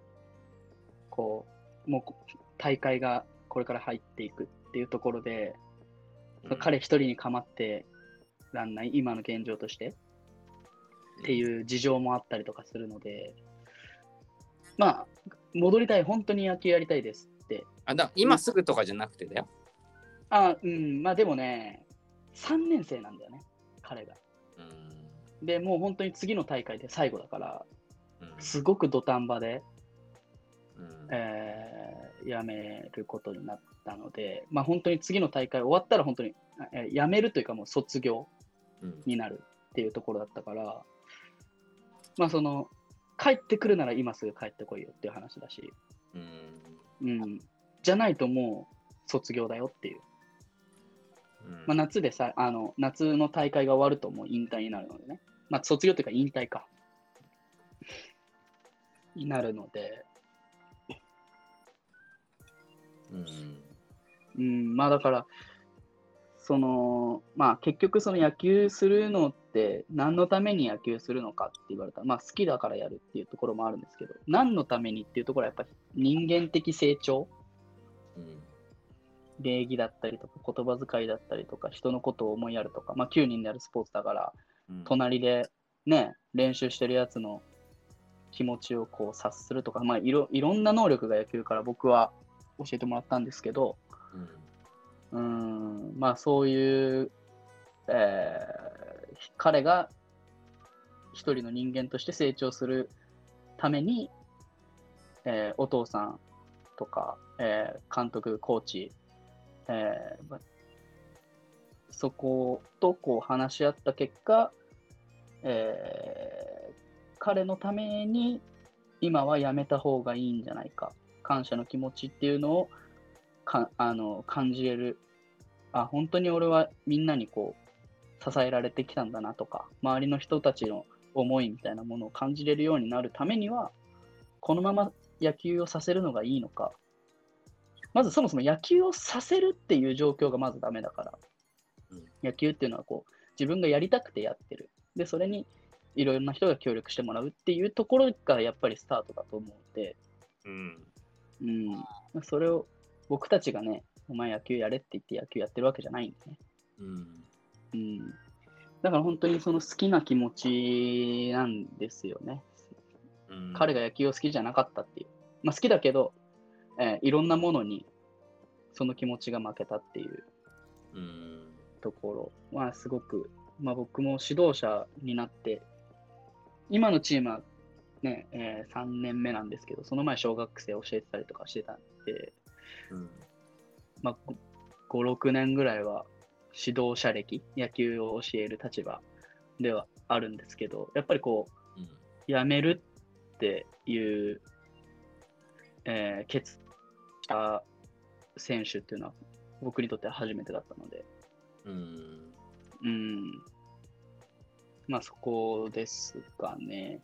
こう、もうこ大会がこれから入っていくっていうところで、
うん
彼一人に構ってらんない、今の現状としてっていう事情もあったりとかするので、まあ、戻りたい、本当に野球やりたいですって。
あだから今すぐとかじゃなくてだよ。
あうん、まあでもね、3年生なんだよね、彼が。
うん。
で、もう本当に次の大会で最後だから、
うん
すごく土壇場で、
うん
えー辞めることになったので、まあ、本当に次の大会終わったら本当に、えー辞めるというかもう卒業
うん
になるっていうところだったから、まあ、その帰ってくるなら今すぐ帰ってこいよっていう話だし、
うん
うん、じゃないともう卒業だよっていう、
うん
まあ、夏でさあの夏の大会が終わるともう引退になるのでね、まあ、卒業というか引退かになるので、
うん
うん、まあだから、その、まあ結局その野球するのって何のために野球するのかって言われたら、まあ好きだからやるっていうところもあるんですけど、何のためにっていうところはやっぱり人間的成長、
うん
礼儀だったりとか言葉遣いだったりとか人のことを思いやるとか、まあ9人でやるスポーツだから、
うん
隣でね、練習してるやつの気持ちをこう察するとか、まあいろいろんな能力が野球から僕は教えてもらったんですけど、
うん
うーんまあそういう、えー彼が一人の人間として成長するために、えーお父さんとか、えー監督、コーチ、えーまそことこう話し合った結果、えー彼のために今はやめた方がいいんじゃないか感謝の気持ちっていうのをかあの感じれるあ本当に俺はみんなにこう支えられてきたんだなとか周りの人たちの思いみたいなものを感じれるようになるためにはこのまま野球をさせるのがいいのかまずそもそも野球をさせるっていう状況がまずダメだから、
うん
野球っていうのはこう自分がやりたくてやってるでそれにいろんな人が協力してもらうっていうところからやっぱりスタートだと思うので、
うん
うん、まあそれを僕たちがね、お前野球やれって言って野球やってるわけじゃないんでね。
うん
うん、だから本当にその好きな気持ちなんですよね。
うん
彼が野球を好きじゃなかったっていう。まあ、好きだけど、えーいろんなものにその気持ちが負けたっていう
うん
ところはすごく、まあ、僕も指導者になって、今のチームは、ねえ3年目なんですけど、その前小学生教えてたりとかしてたんで、
うん
まあ、5、6年ぐらいは指導者歴、野球を教える立場ではあるんですけど、やっぱりこう、
うん
辞めるっていう、えー決断した選手っていうのは、僕にとっては初めてだったので、
うん
うん。まあ、そこですかね。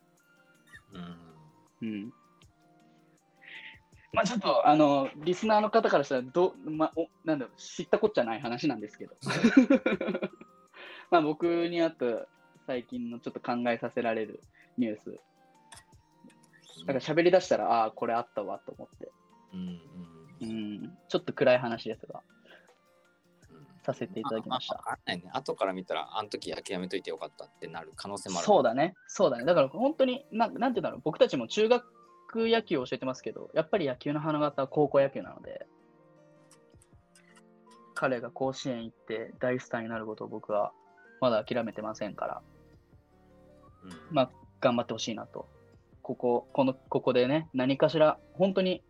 うん
うん。まあちょっと、あの、リスナーの方からしたら、ど、まあ、おなんだろう、知ったこっちゃない話なんですけど。 まあ僕にあった最近のちょっと考えさせられるニュース。だから喋り出したら、ああ、これあったわと思って。
うんうん
うん。ちょっと暗い話ですが。
うん
させていただきまし
あ
た。
あわかんないね。後から見たら、あの時諦めといてよかったってなる可能性もある。
そうだね、そうだね。だから本当に、なんなんて言うんだろう、僕たちも中学野球を教えてますけど、やっぱり野球の花形は高校野球なので、彼が甲子園行って大スターになることを僕はまだ諦めてませんから、
うん。
まあ、頑張ってほしいなと。ここ、この、ここでね、何かしら、本当に、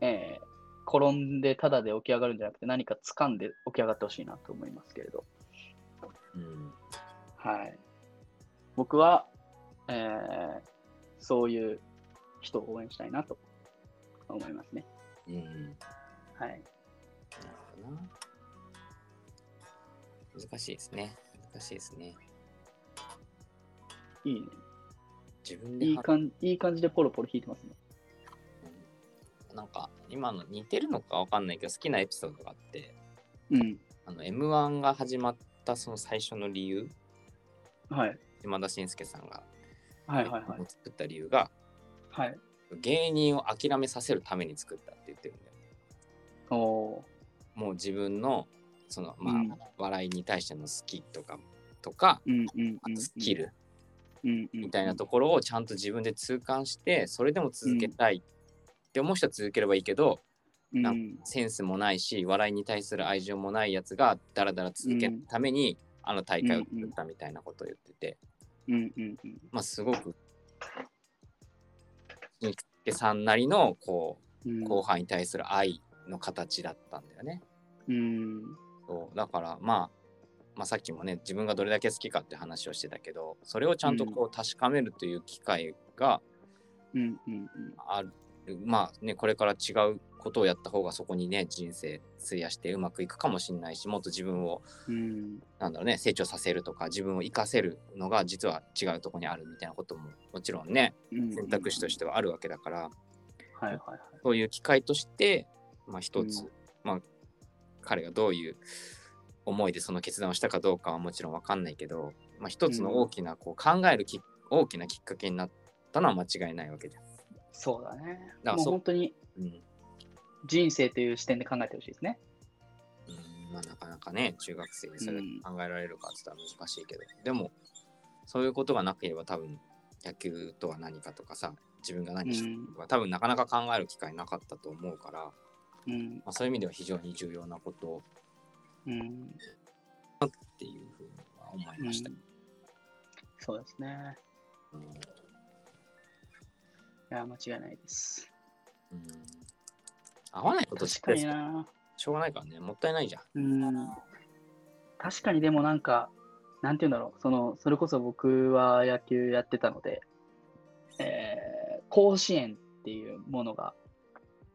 えー転んでただで起き上がるんじゃなくて、何か掴んで起き上がってほしいなと思いますけれど。
うん
はい。僕は、えーそういう人を応援したいなと思いますね。
うん
はい。
なるほどな。難しいですね。難しいですね。
いいね。
自分で
いい
判
感じ、いい感じでポロポロ弾いてますね。
なんか今の似てるのかわかんないけど好きなエピソードがあって
うん。
あの M1 が始まったその最初の理由
はい。
島田紳介さんが
はいはいはい
M1 を。作った理由が
はい。
芸人を諦めさせるために作ったって言ってるんだよね
おお
もう自分のそのまあ、
うん
笑いに対しての好きとかとか
ー。うんうん
あ
うん。
とスキル
うんうん。
みたいなところをちゃんと自分で痛感してそれでも続けたいって思う人は続ければいいけど、
うん
なセンスもないし笑いに対する愛情もないやつがだらだら続けるために、あの大会を作ったみたいなことを言ってて、
うんうんうん。
まあすごく新助さんなりのこ
うん
う後輩に対する愛の形だったんだよね。
うん。
そうだから、まあ、まあさっきもね自分がどれだけ好きかって話をしてたけどそれをちゃんとこう確かめるという機会が
うんうんうん。
ある、まあねこれから違うことをやった方がそこにね人生費やしてうまくいくかもしれないしもっと自分を
うん。
なんだろうね、成長させるとか自分を生かせるのが実は違うところにあるみたいなことももちろんね
うん。
選択肢としててはあるわけだから
はいはいはい。
そういう機会として、まあ、一つ、
うん
まあ、彼がどういう思いでその決断をしたかどうかはもちろんわかんないけど、まあ、一つの大きなこう考えるき、大きなきっかけになったのは間違いないわけじゃん。
そうだね。
だから
もう
そ
本当に
うん
人生という視点で考えてほしいですね。
うんまあ、なかなかね中学生でそれ考えられるかって言ったら難しいけど、でもそういうことがなければ多分野球とは何かとかさ自分が何してるか、多分なかなか考える機会なかったと思うから、ま
うん。
あ、そういう意味では非常に重要なこと
うん。
っていうふうには思いました。
うんそうですね。
うん
いや、間違いないです。
うん合わないこと
確かに
し
な。
ょうがないからねもったいないじゃん。
うん。確かにでもなんか、なんて言うんだろう。その、それこそ僕は野球やってたので、えー甲子園っていうものが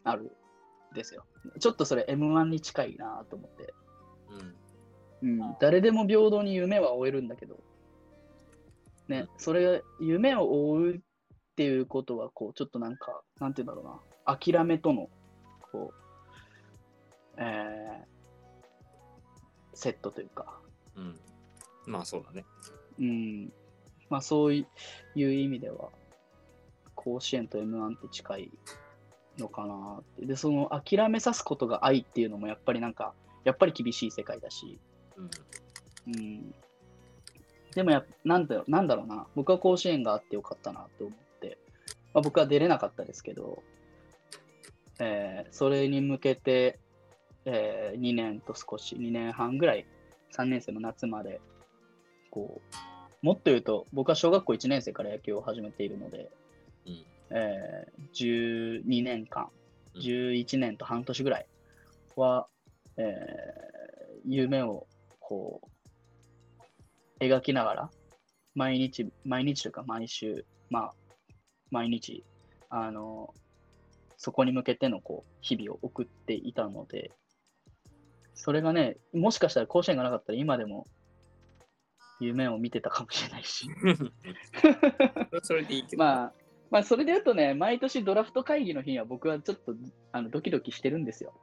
あるんですよ。ちょっとそれ M1 に近いなと思って。
うん
うん。誰でも平等に夢は追えるんだけど、ね、それ、夢を追うっていうことは、こう、ちょっとなんか、なんて言うんだろうな、諦めとの、こう、えー、セットというか、
うん、まあそうだね。
うん、まあそういう意味では、甲子園と M1 って近いのかなって。で、その諦めさすことが愛っていうのも、やっぱりなんか、やっぱり厳しい世界だし、
うん
うんでもやっなんだろう、なんだろうな、僕は甲子園があってよかったなと思って、まあ、僕は出れなかったですけど、えーそれに向けて、え2年と少し、2年半ぐらい、3年生の夏まで、こう、もっと言うと、僕は小学校1年生から野球を始めているので、
うん
えー12年間、
うん
11年と半年ぐらいは、えー夢をこう描きながら、毎日、毎日というか毎週、まあ、毎日、あの、そこに向けてのこう日々を送っていたので、それがね、もしかしたら甲子園がなかったら今でも夢を見てたかもしれないし。
それでいいけど。
まあ、まあ、それで言うとね、毎年ドラフト会議の日には僕はちょっとあのドキドキしてるんですよ。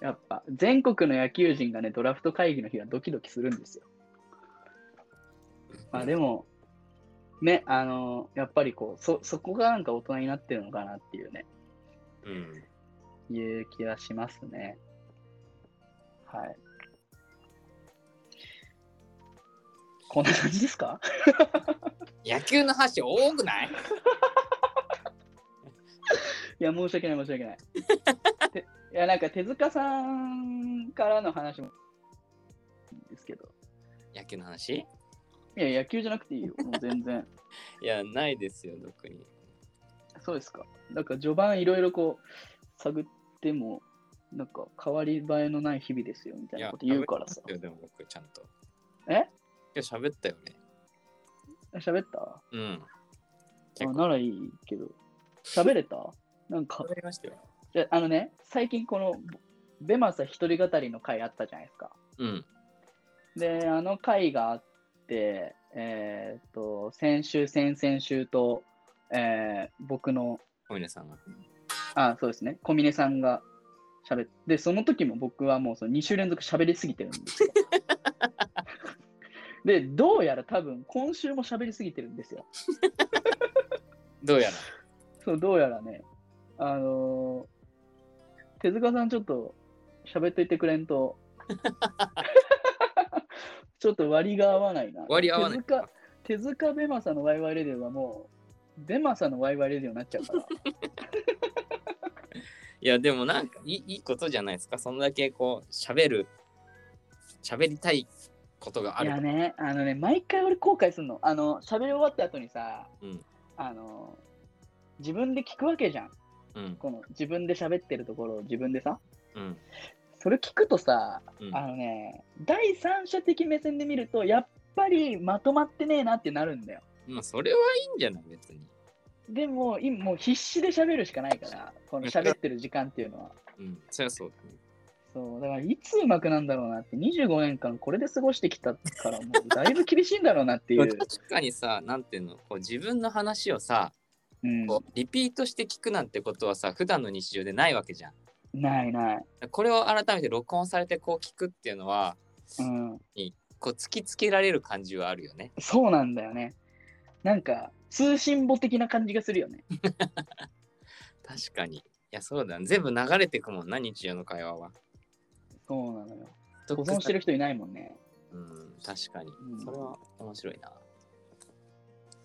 やっぱ、全国の野球人がね、ドラフト会議の日はドキドキするんですよ。まあでも、ね、あのやっぱりこう、そ、そこがなんか大人になってるのかなっていうね、
うん
いう気はしますね。はい。こんな感じですか
野球の話多くない
いや、申し訳ない、申し訳ない。ていや、なんか手塚さんからの話もですけど、
野球の話
いや、野球じゃなくていいよ、もう全然。
いや、ないですよ、特に。
そうですか。なんか序盤いろいろこう、探っても、なんか変わり映えのない日々ですよみたいなこと言うからさ
喋っ。たよでも僕、ちゃんと。
え
今日喋ったよね。
喋った
うん。
あ
結構
ならいいけど。喋れたなんか、
喋りましたよ。
いやあのね、最近この、ベマサ一人語りの回あったじゃないですか。
うん。
で、あの回があって、えーっと、先週、先々週と、えー僕の、
小峰さんが。
あ、そうですね、小峰さんが喋って、で、その時も僕はもうその2週連続喋りすぎてるんです よ。で、どうやら多分、今週も喋りすぎてるんですよ。
どうやら。
そう、どうやらね、あのー手塚さんちょっと喋っといてくれ んと、ちょっと割が合わないな。
割り合わない
手塚、手塚ベマサのワイワイレディオはもう、ベマサのワイワイレディオになっちゃうから。
いや、でもなんかいい、いいことじゃないですか。そんだけこう、喋る、喋りたいことがあ
い
る
や。ね、あのね、毎回俺後悔するの。あの、喋り終わった後にさ、
うん
あの、自分で聞くわけじゃん。
うん。
この自分で喋ってるところを自分でさ。
うん。
それ聞くとさ、
うん
あのね、第三者的目線で見ると、やっぱりまとまってねえなってなるんだよ。
まあ、それはいいんじゃない別に。
でも、今もう必死で喋るしかないから、この喋ってる時間っていうのは。
うん。そりゃそうだね。
そう、だからいつうまくなんだろうなって、25年間これで過ごしてきたから、もうだいぶ厳しいんだろうなっ ていう。
確かにさ、なんていうの、こう自分の話をさ、
うん、
こうリピートして聞くなんてことはさ、普段の日常でないわけじゃん。
ないない。
これを改めて録音されてこう聞くっていうのは、
うん
こう突きつけられる感じはあるよね。
そうなんだよね。なんか、通信簿的な感じがするよね。
確かに。いや、そうだ、ね、全部流れてくもんな、日常の会話は。
そうなのよ。
保
保存してる人いないもんね。
うん、確かに
う。ん
それは面白いな。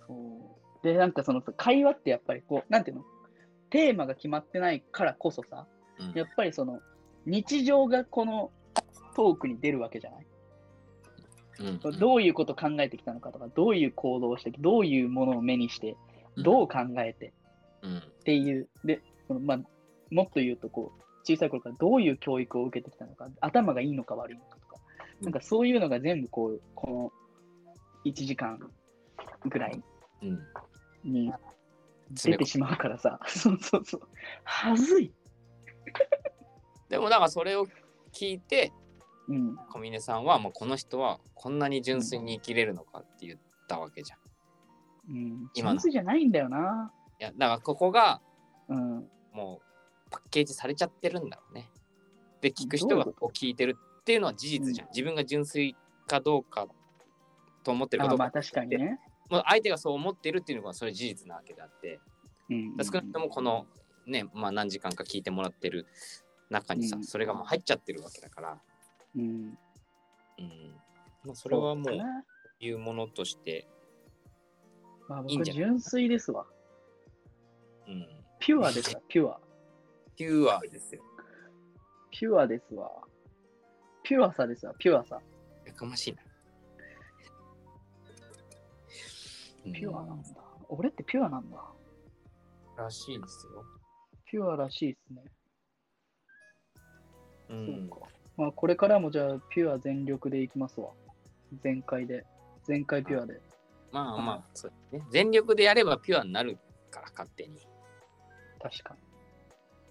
そう。で、なんかそのさ会話ってやっぱりこう、なんていうのテーマが決まってないからこそさ、
うん
やっぱりその、日常がこのトークに出るわけじゃない、
うん
どういうこと考えてきたのかとか、どういう行動をして、どういうものを目にして、
うん
どう考えて
うん、
っていう、で、そのまあ、もっと言うとこう、小さい頃からどういう教育を受けてきたのか、頭がいいのか悪いのかとか、
うん
なんかそういうのが全部こう、この1時間ぐらい
うん。
に
詰
出
め
て
込
しまうからさ、そうそうそう、はずい。
でも、だからそれを聞いて、
うん、
小峰さんは、もうこの人はこんなに純粋に生きれるのかって言ったわけじゃん。い
うん、チ
今
ャ
の
ンスじゃないんだよな。
や、だからここが
うん、
もうパッケージされちゃってるんだろうね。で、聞く人
どうい
が
うこ
こう聞いてるっていうのは事実じゃん。
う
自分が純粋かどうかと思ってるか
あ
どう
ま
か
あ。確かにね。
もう相手がそう思ってるっていうのがそれ事実なわけであって。
うん、
少なくともこのね、まあ、何時間か聞いてもらってる中にさ、
うん
それがもう入っちゃってるわけだから、
うん、
うんまあ、そ
そ
れはも
だ
う
な
いうものとして、
まあ
いいん
僕、
じゃない
純粋ですわ。
うん、
ピュアですわ、ピュア。
ピュアですよ。
ピュアですわ。ピュアさですわ、ピュアさ。
やかましいな。
ピュアな
うん
だ。俺ってピュアなんだ。
んらしいですよ。
ピュアらしいですね。
うん
そうか。まあ、これからもじゃあ、ピュア全力でいきますわ。全開で。全開ピュアで。
まあまあ、そうね、全力でやればピュアになるから、勝手に。
確か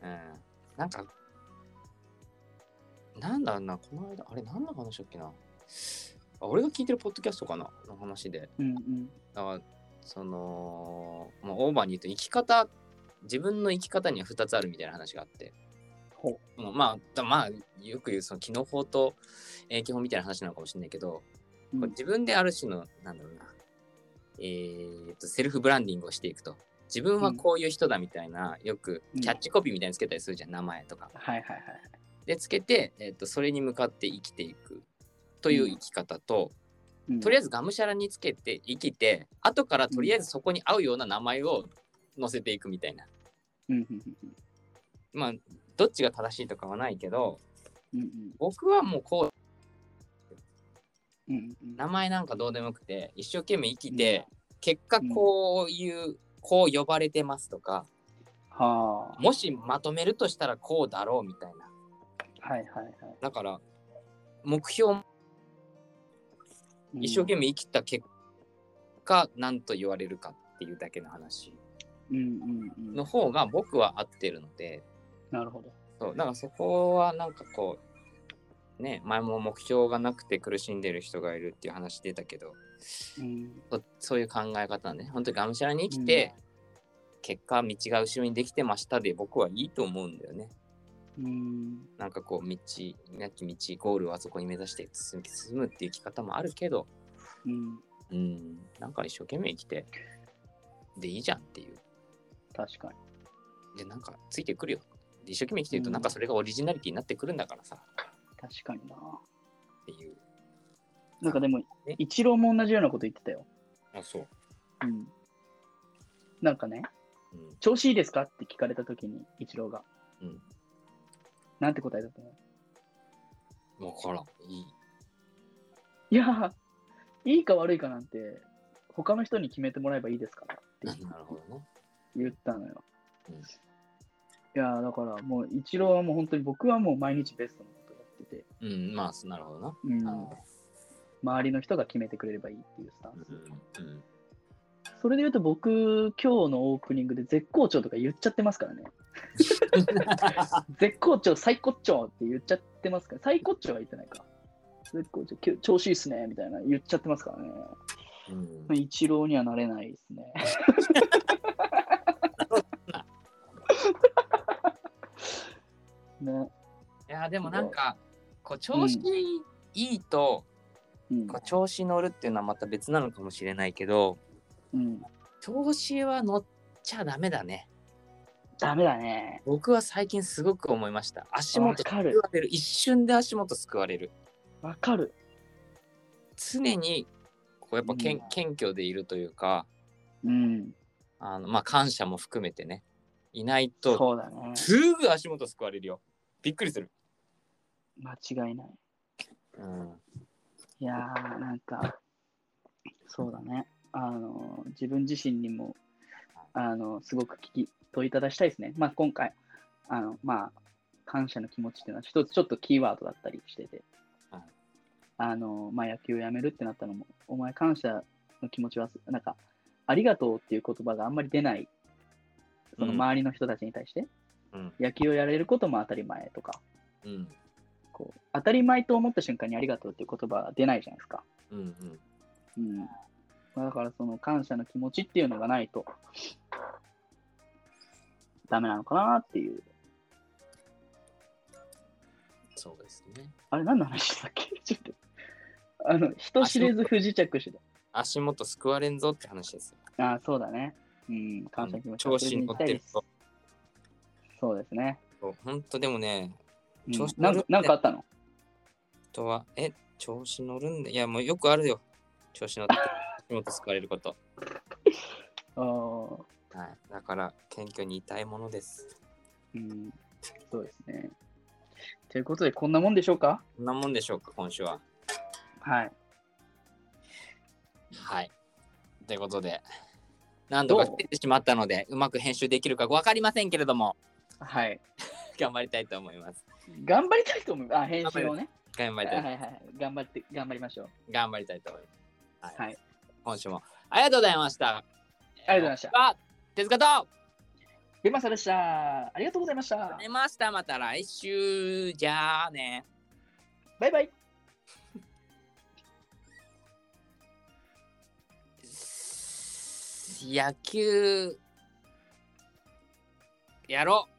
うん、なんか、なんだろうな、この間、あれ、何の話だっけな。あ俺が聞いてるポッドキャストかなの話で。
に。うんうん。
だからそのもうオーバーに言うと生き方自分の生き方には2つあるみたいな話があって
ほう。
もうまあだまあよく言うその機能法と影響法みたいな話なのかもしれないけど、
うん
こう自分である種のなんだろうなえーっとセルフブランディングをしていくと自分はこういう人だみたいな、よく
うん
キャッチコピーみたいにつけたりするじゃん名前とか
はいはいはい。
でつけて、えーっとそれに向かって生きていくという生き方と、
うん
とりあえずがむしゃらにつけて生きて後からとりあえずそこに合うような名前を載せていくみたいな
うんうん
まあどっちが正しいとかはないけど
うんうん
僕はもうこ
うんうんうん
う名前なんかどうでもよくて一生懸命生きて結果こういうこう呼ばれてますとか
はあ
もしまとめるとしたらこうだろうみたいな
はいはいはい
だから目標も
うん
一生懸命生きた結果何と言われるかっていうだけの話
うんうんうん
の方が僕は合ってるので
なるほど
そうだからそこはなんかこうね前も目標がなくて苦しんでる人がいるっていう話出たけど
うん
そそういう考え方ね本当にがむしゃらに生きて、結果道が後ろにできてましたで僕はいいと思うんだよね
うん
なんかこう道なき道ゴールをあそこに目指して進む進むっていう生き方もあるけど
うん
うんなんか一生懸命生きてでいいじゃんっていう
確かに
でなんかついてくるよで一生懸命生きてる
う
と
ん
なんかそれがオリジナリティになってくるんだからさ
確かにな
っていう
なんかでも
え
イチローも同じようなこと言ってたよ
あそう、
うんなんかね
うん
調子いいですかって聞かれた時にイチローが
うん、
なんて答えだったの
分からん。いい。
いやいいか悪いかなんて他の人に決めてもらえばいいですから
なるほどね。
言ったのよ。
うん
いやーだからもう、イチローはもう本当に僕はもう毎日ベストのことやってて、
うん、まあ、なるほどな。
うん
あの
周りの人が決めてくれればいいっていうスタン
うんうん
ス。それで言うと僕、今日のオープニングで絶好調とか言っちゃってますからね。絶好調、最高潮って言っちゃってますから、最高潮は言ってないか。絶好調、きょ調子いいっすねみたいな言っちゃってますからね。
うん
イチローにはなれないですね。ね。
いや、でもなんか、こう調子いいと、
うん
こう調子乗るっていうのはまた別なのかもしれないけど、
うん。
調子は乗っちゃダメだね。
ダメだね。
僕は最近すごく思いました。足元
わかる
救われる。一瞬で足元救われる。
わかる。
常に、こうやっぱけん
うん
謙虚でいるというか、
うん。
あのまあ、感謝も含めてね、いないと
そうだね。
すぐ足元すくわれるよ。びっくりする。
間違いない。
うん。
いやー、なんか、そうだね。あの、自分自身にも、あの、すごく聞き問いただしたいですね。まあ、今回、あの、まあ、感謝の気持ちっていうのは、一つちょっとキーワードだったりしてて
はい、
あの、まあ、野球をやめるってなったのも、お前、感謝の気持ちは、なんか、ありがとうっていう言葉があんまり出ない、その
うん
周りの人たちに対して、
うん。
野球をやれることも当たり前とか、
うん。
こう当たり前と思った瞬間にありがとうっていう言葉は出ないじゃないですか。
うん。
うんまあだからその感謝の気持ちっていうのがないとダメなのかなっていう。
そうですね。
あれ何の話だっけ ちょっと。あの、人知れず不時着して
足元すくわれんぞって話ですよ。
た。ああ、そうだね。うん、感謝の気持ち
調子に乗ってると。
そうですね。
そうほんとでもね、
うん
調子乗
な
る
ん
ね
かなんかあったの
とは、え、調子乗るんだ。いや、もうよくあるよ。調子乗って、足元すくわれること。
ああ、
はい。だから、謙虚にいたいものです。
うん、そうですね。ということで、こんなもんでしょうか
こんなもんでしょうか、今週は。
はい。
はい。ということで、何度か来てしまったので、うまく編集できるか分かりませんけれども、
はい。
頑張りたいと思います。
頑張りたいと思う。あ、編集をね。
頑張
は
りた
いはいい、はい。頑張って、頑張りましょう。
頑張りたいと思います。
はい。
今週もありがとうございました。
ありがとうございました
た。手塚とありがと
ベマサでした。ありがとうございまし
うご
た
ざい。ました。また来週じゃあね。
バイバイ。
野球やろう。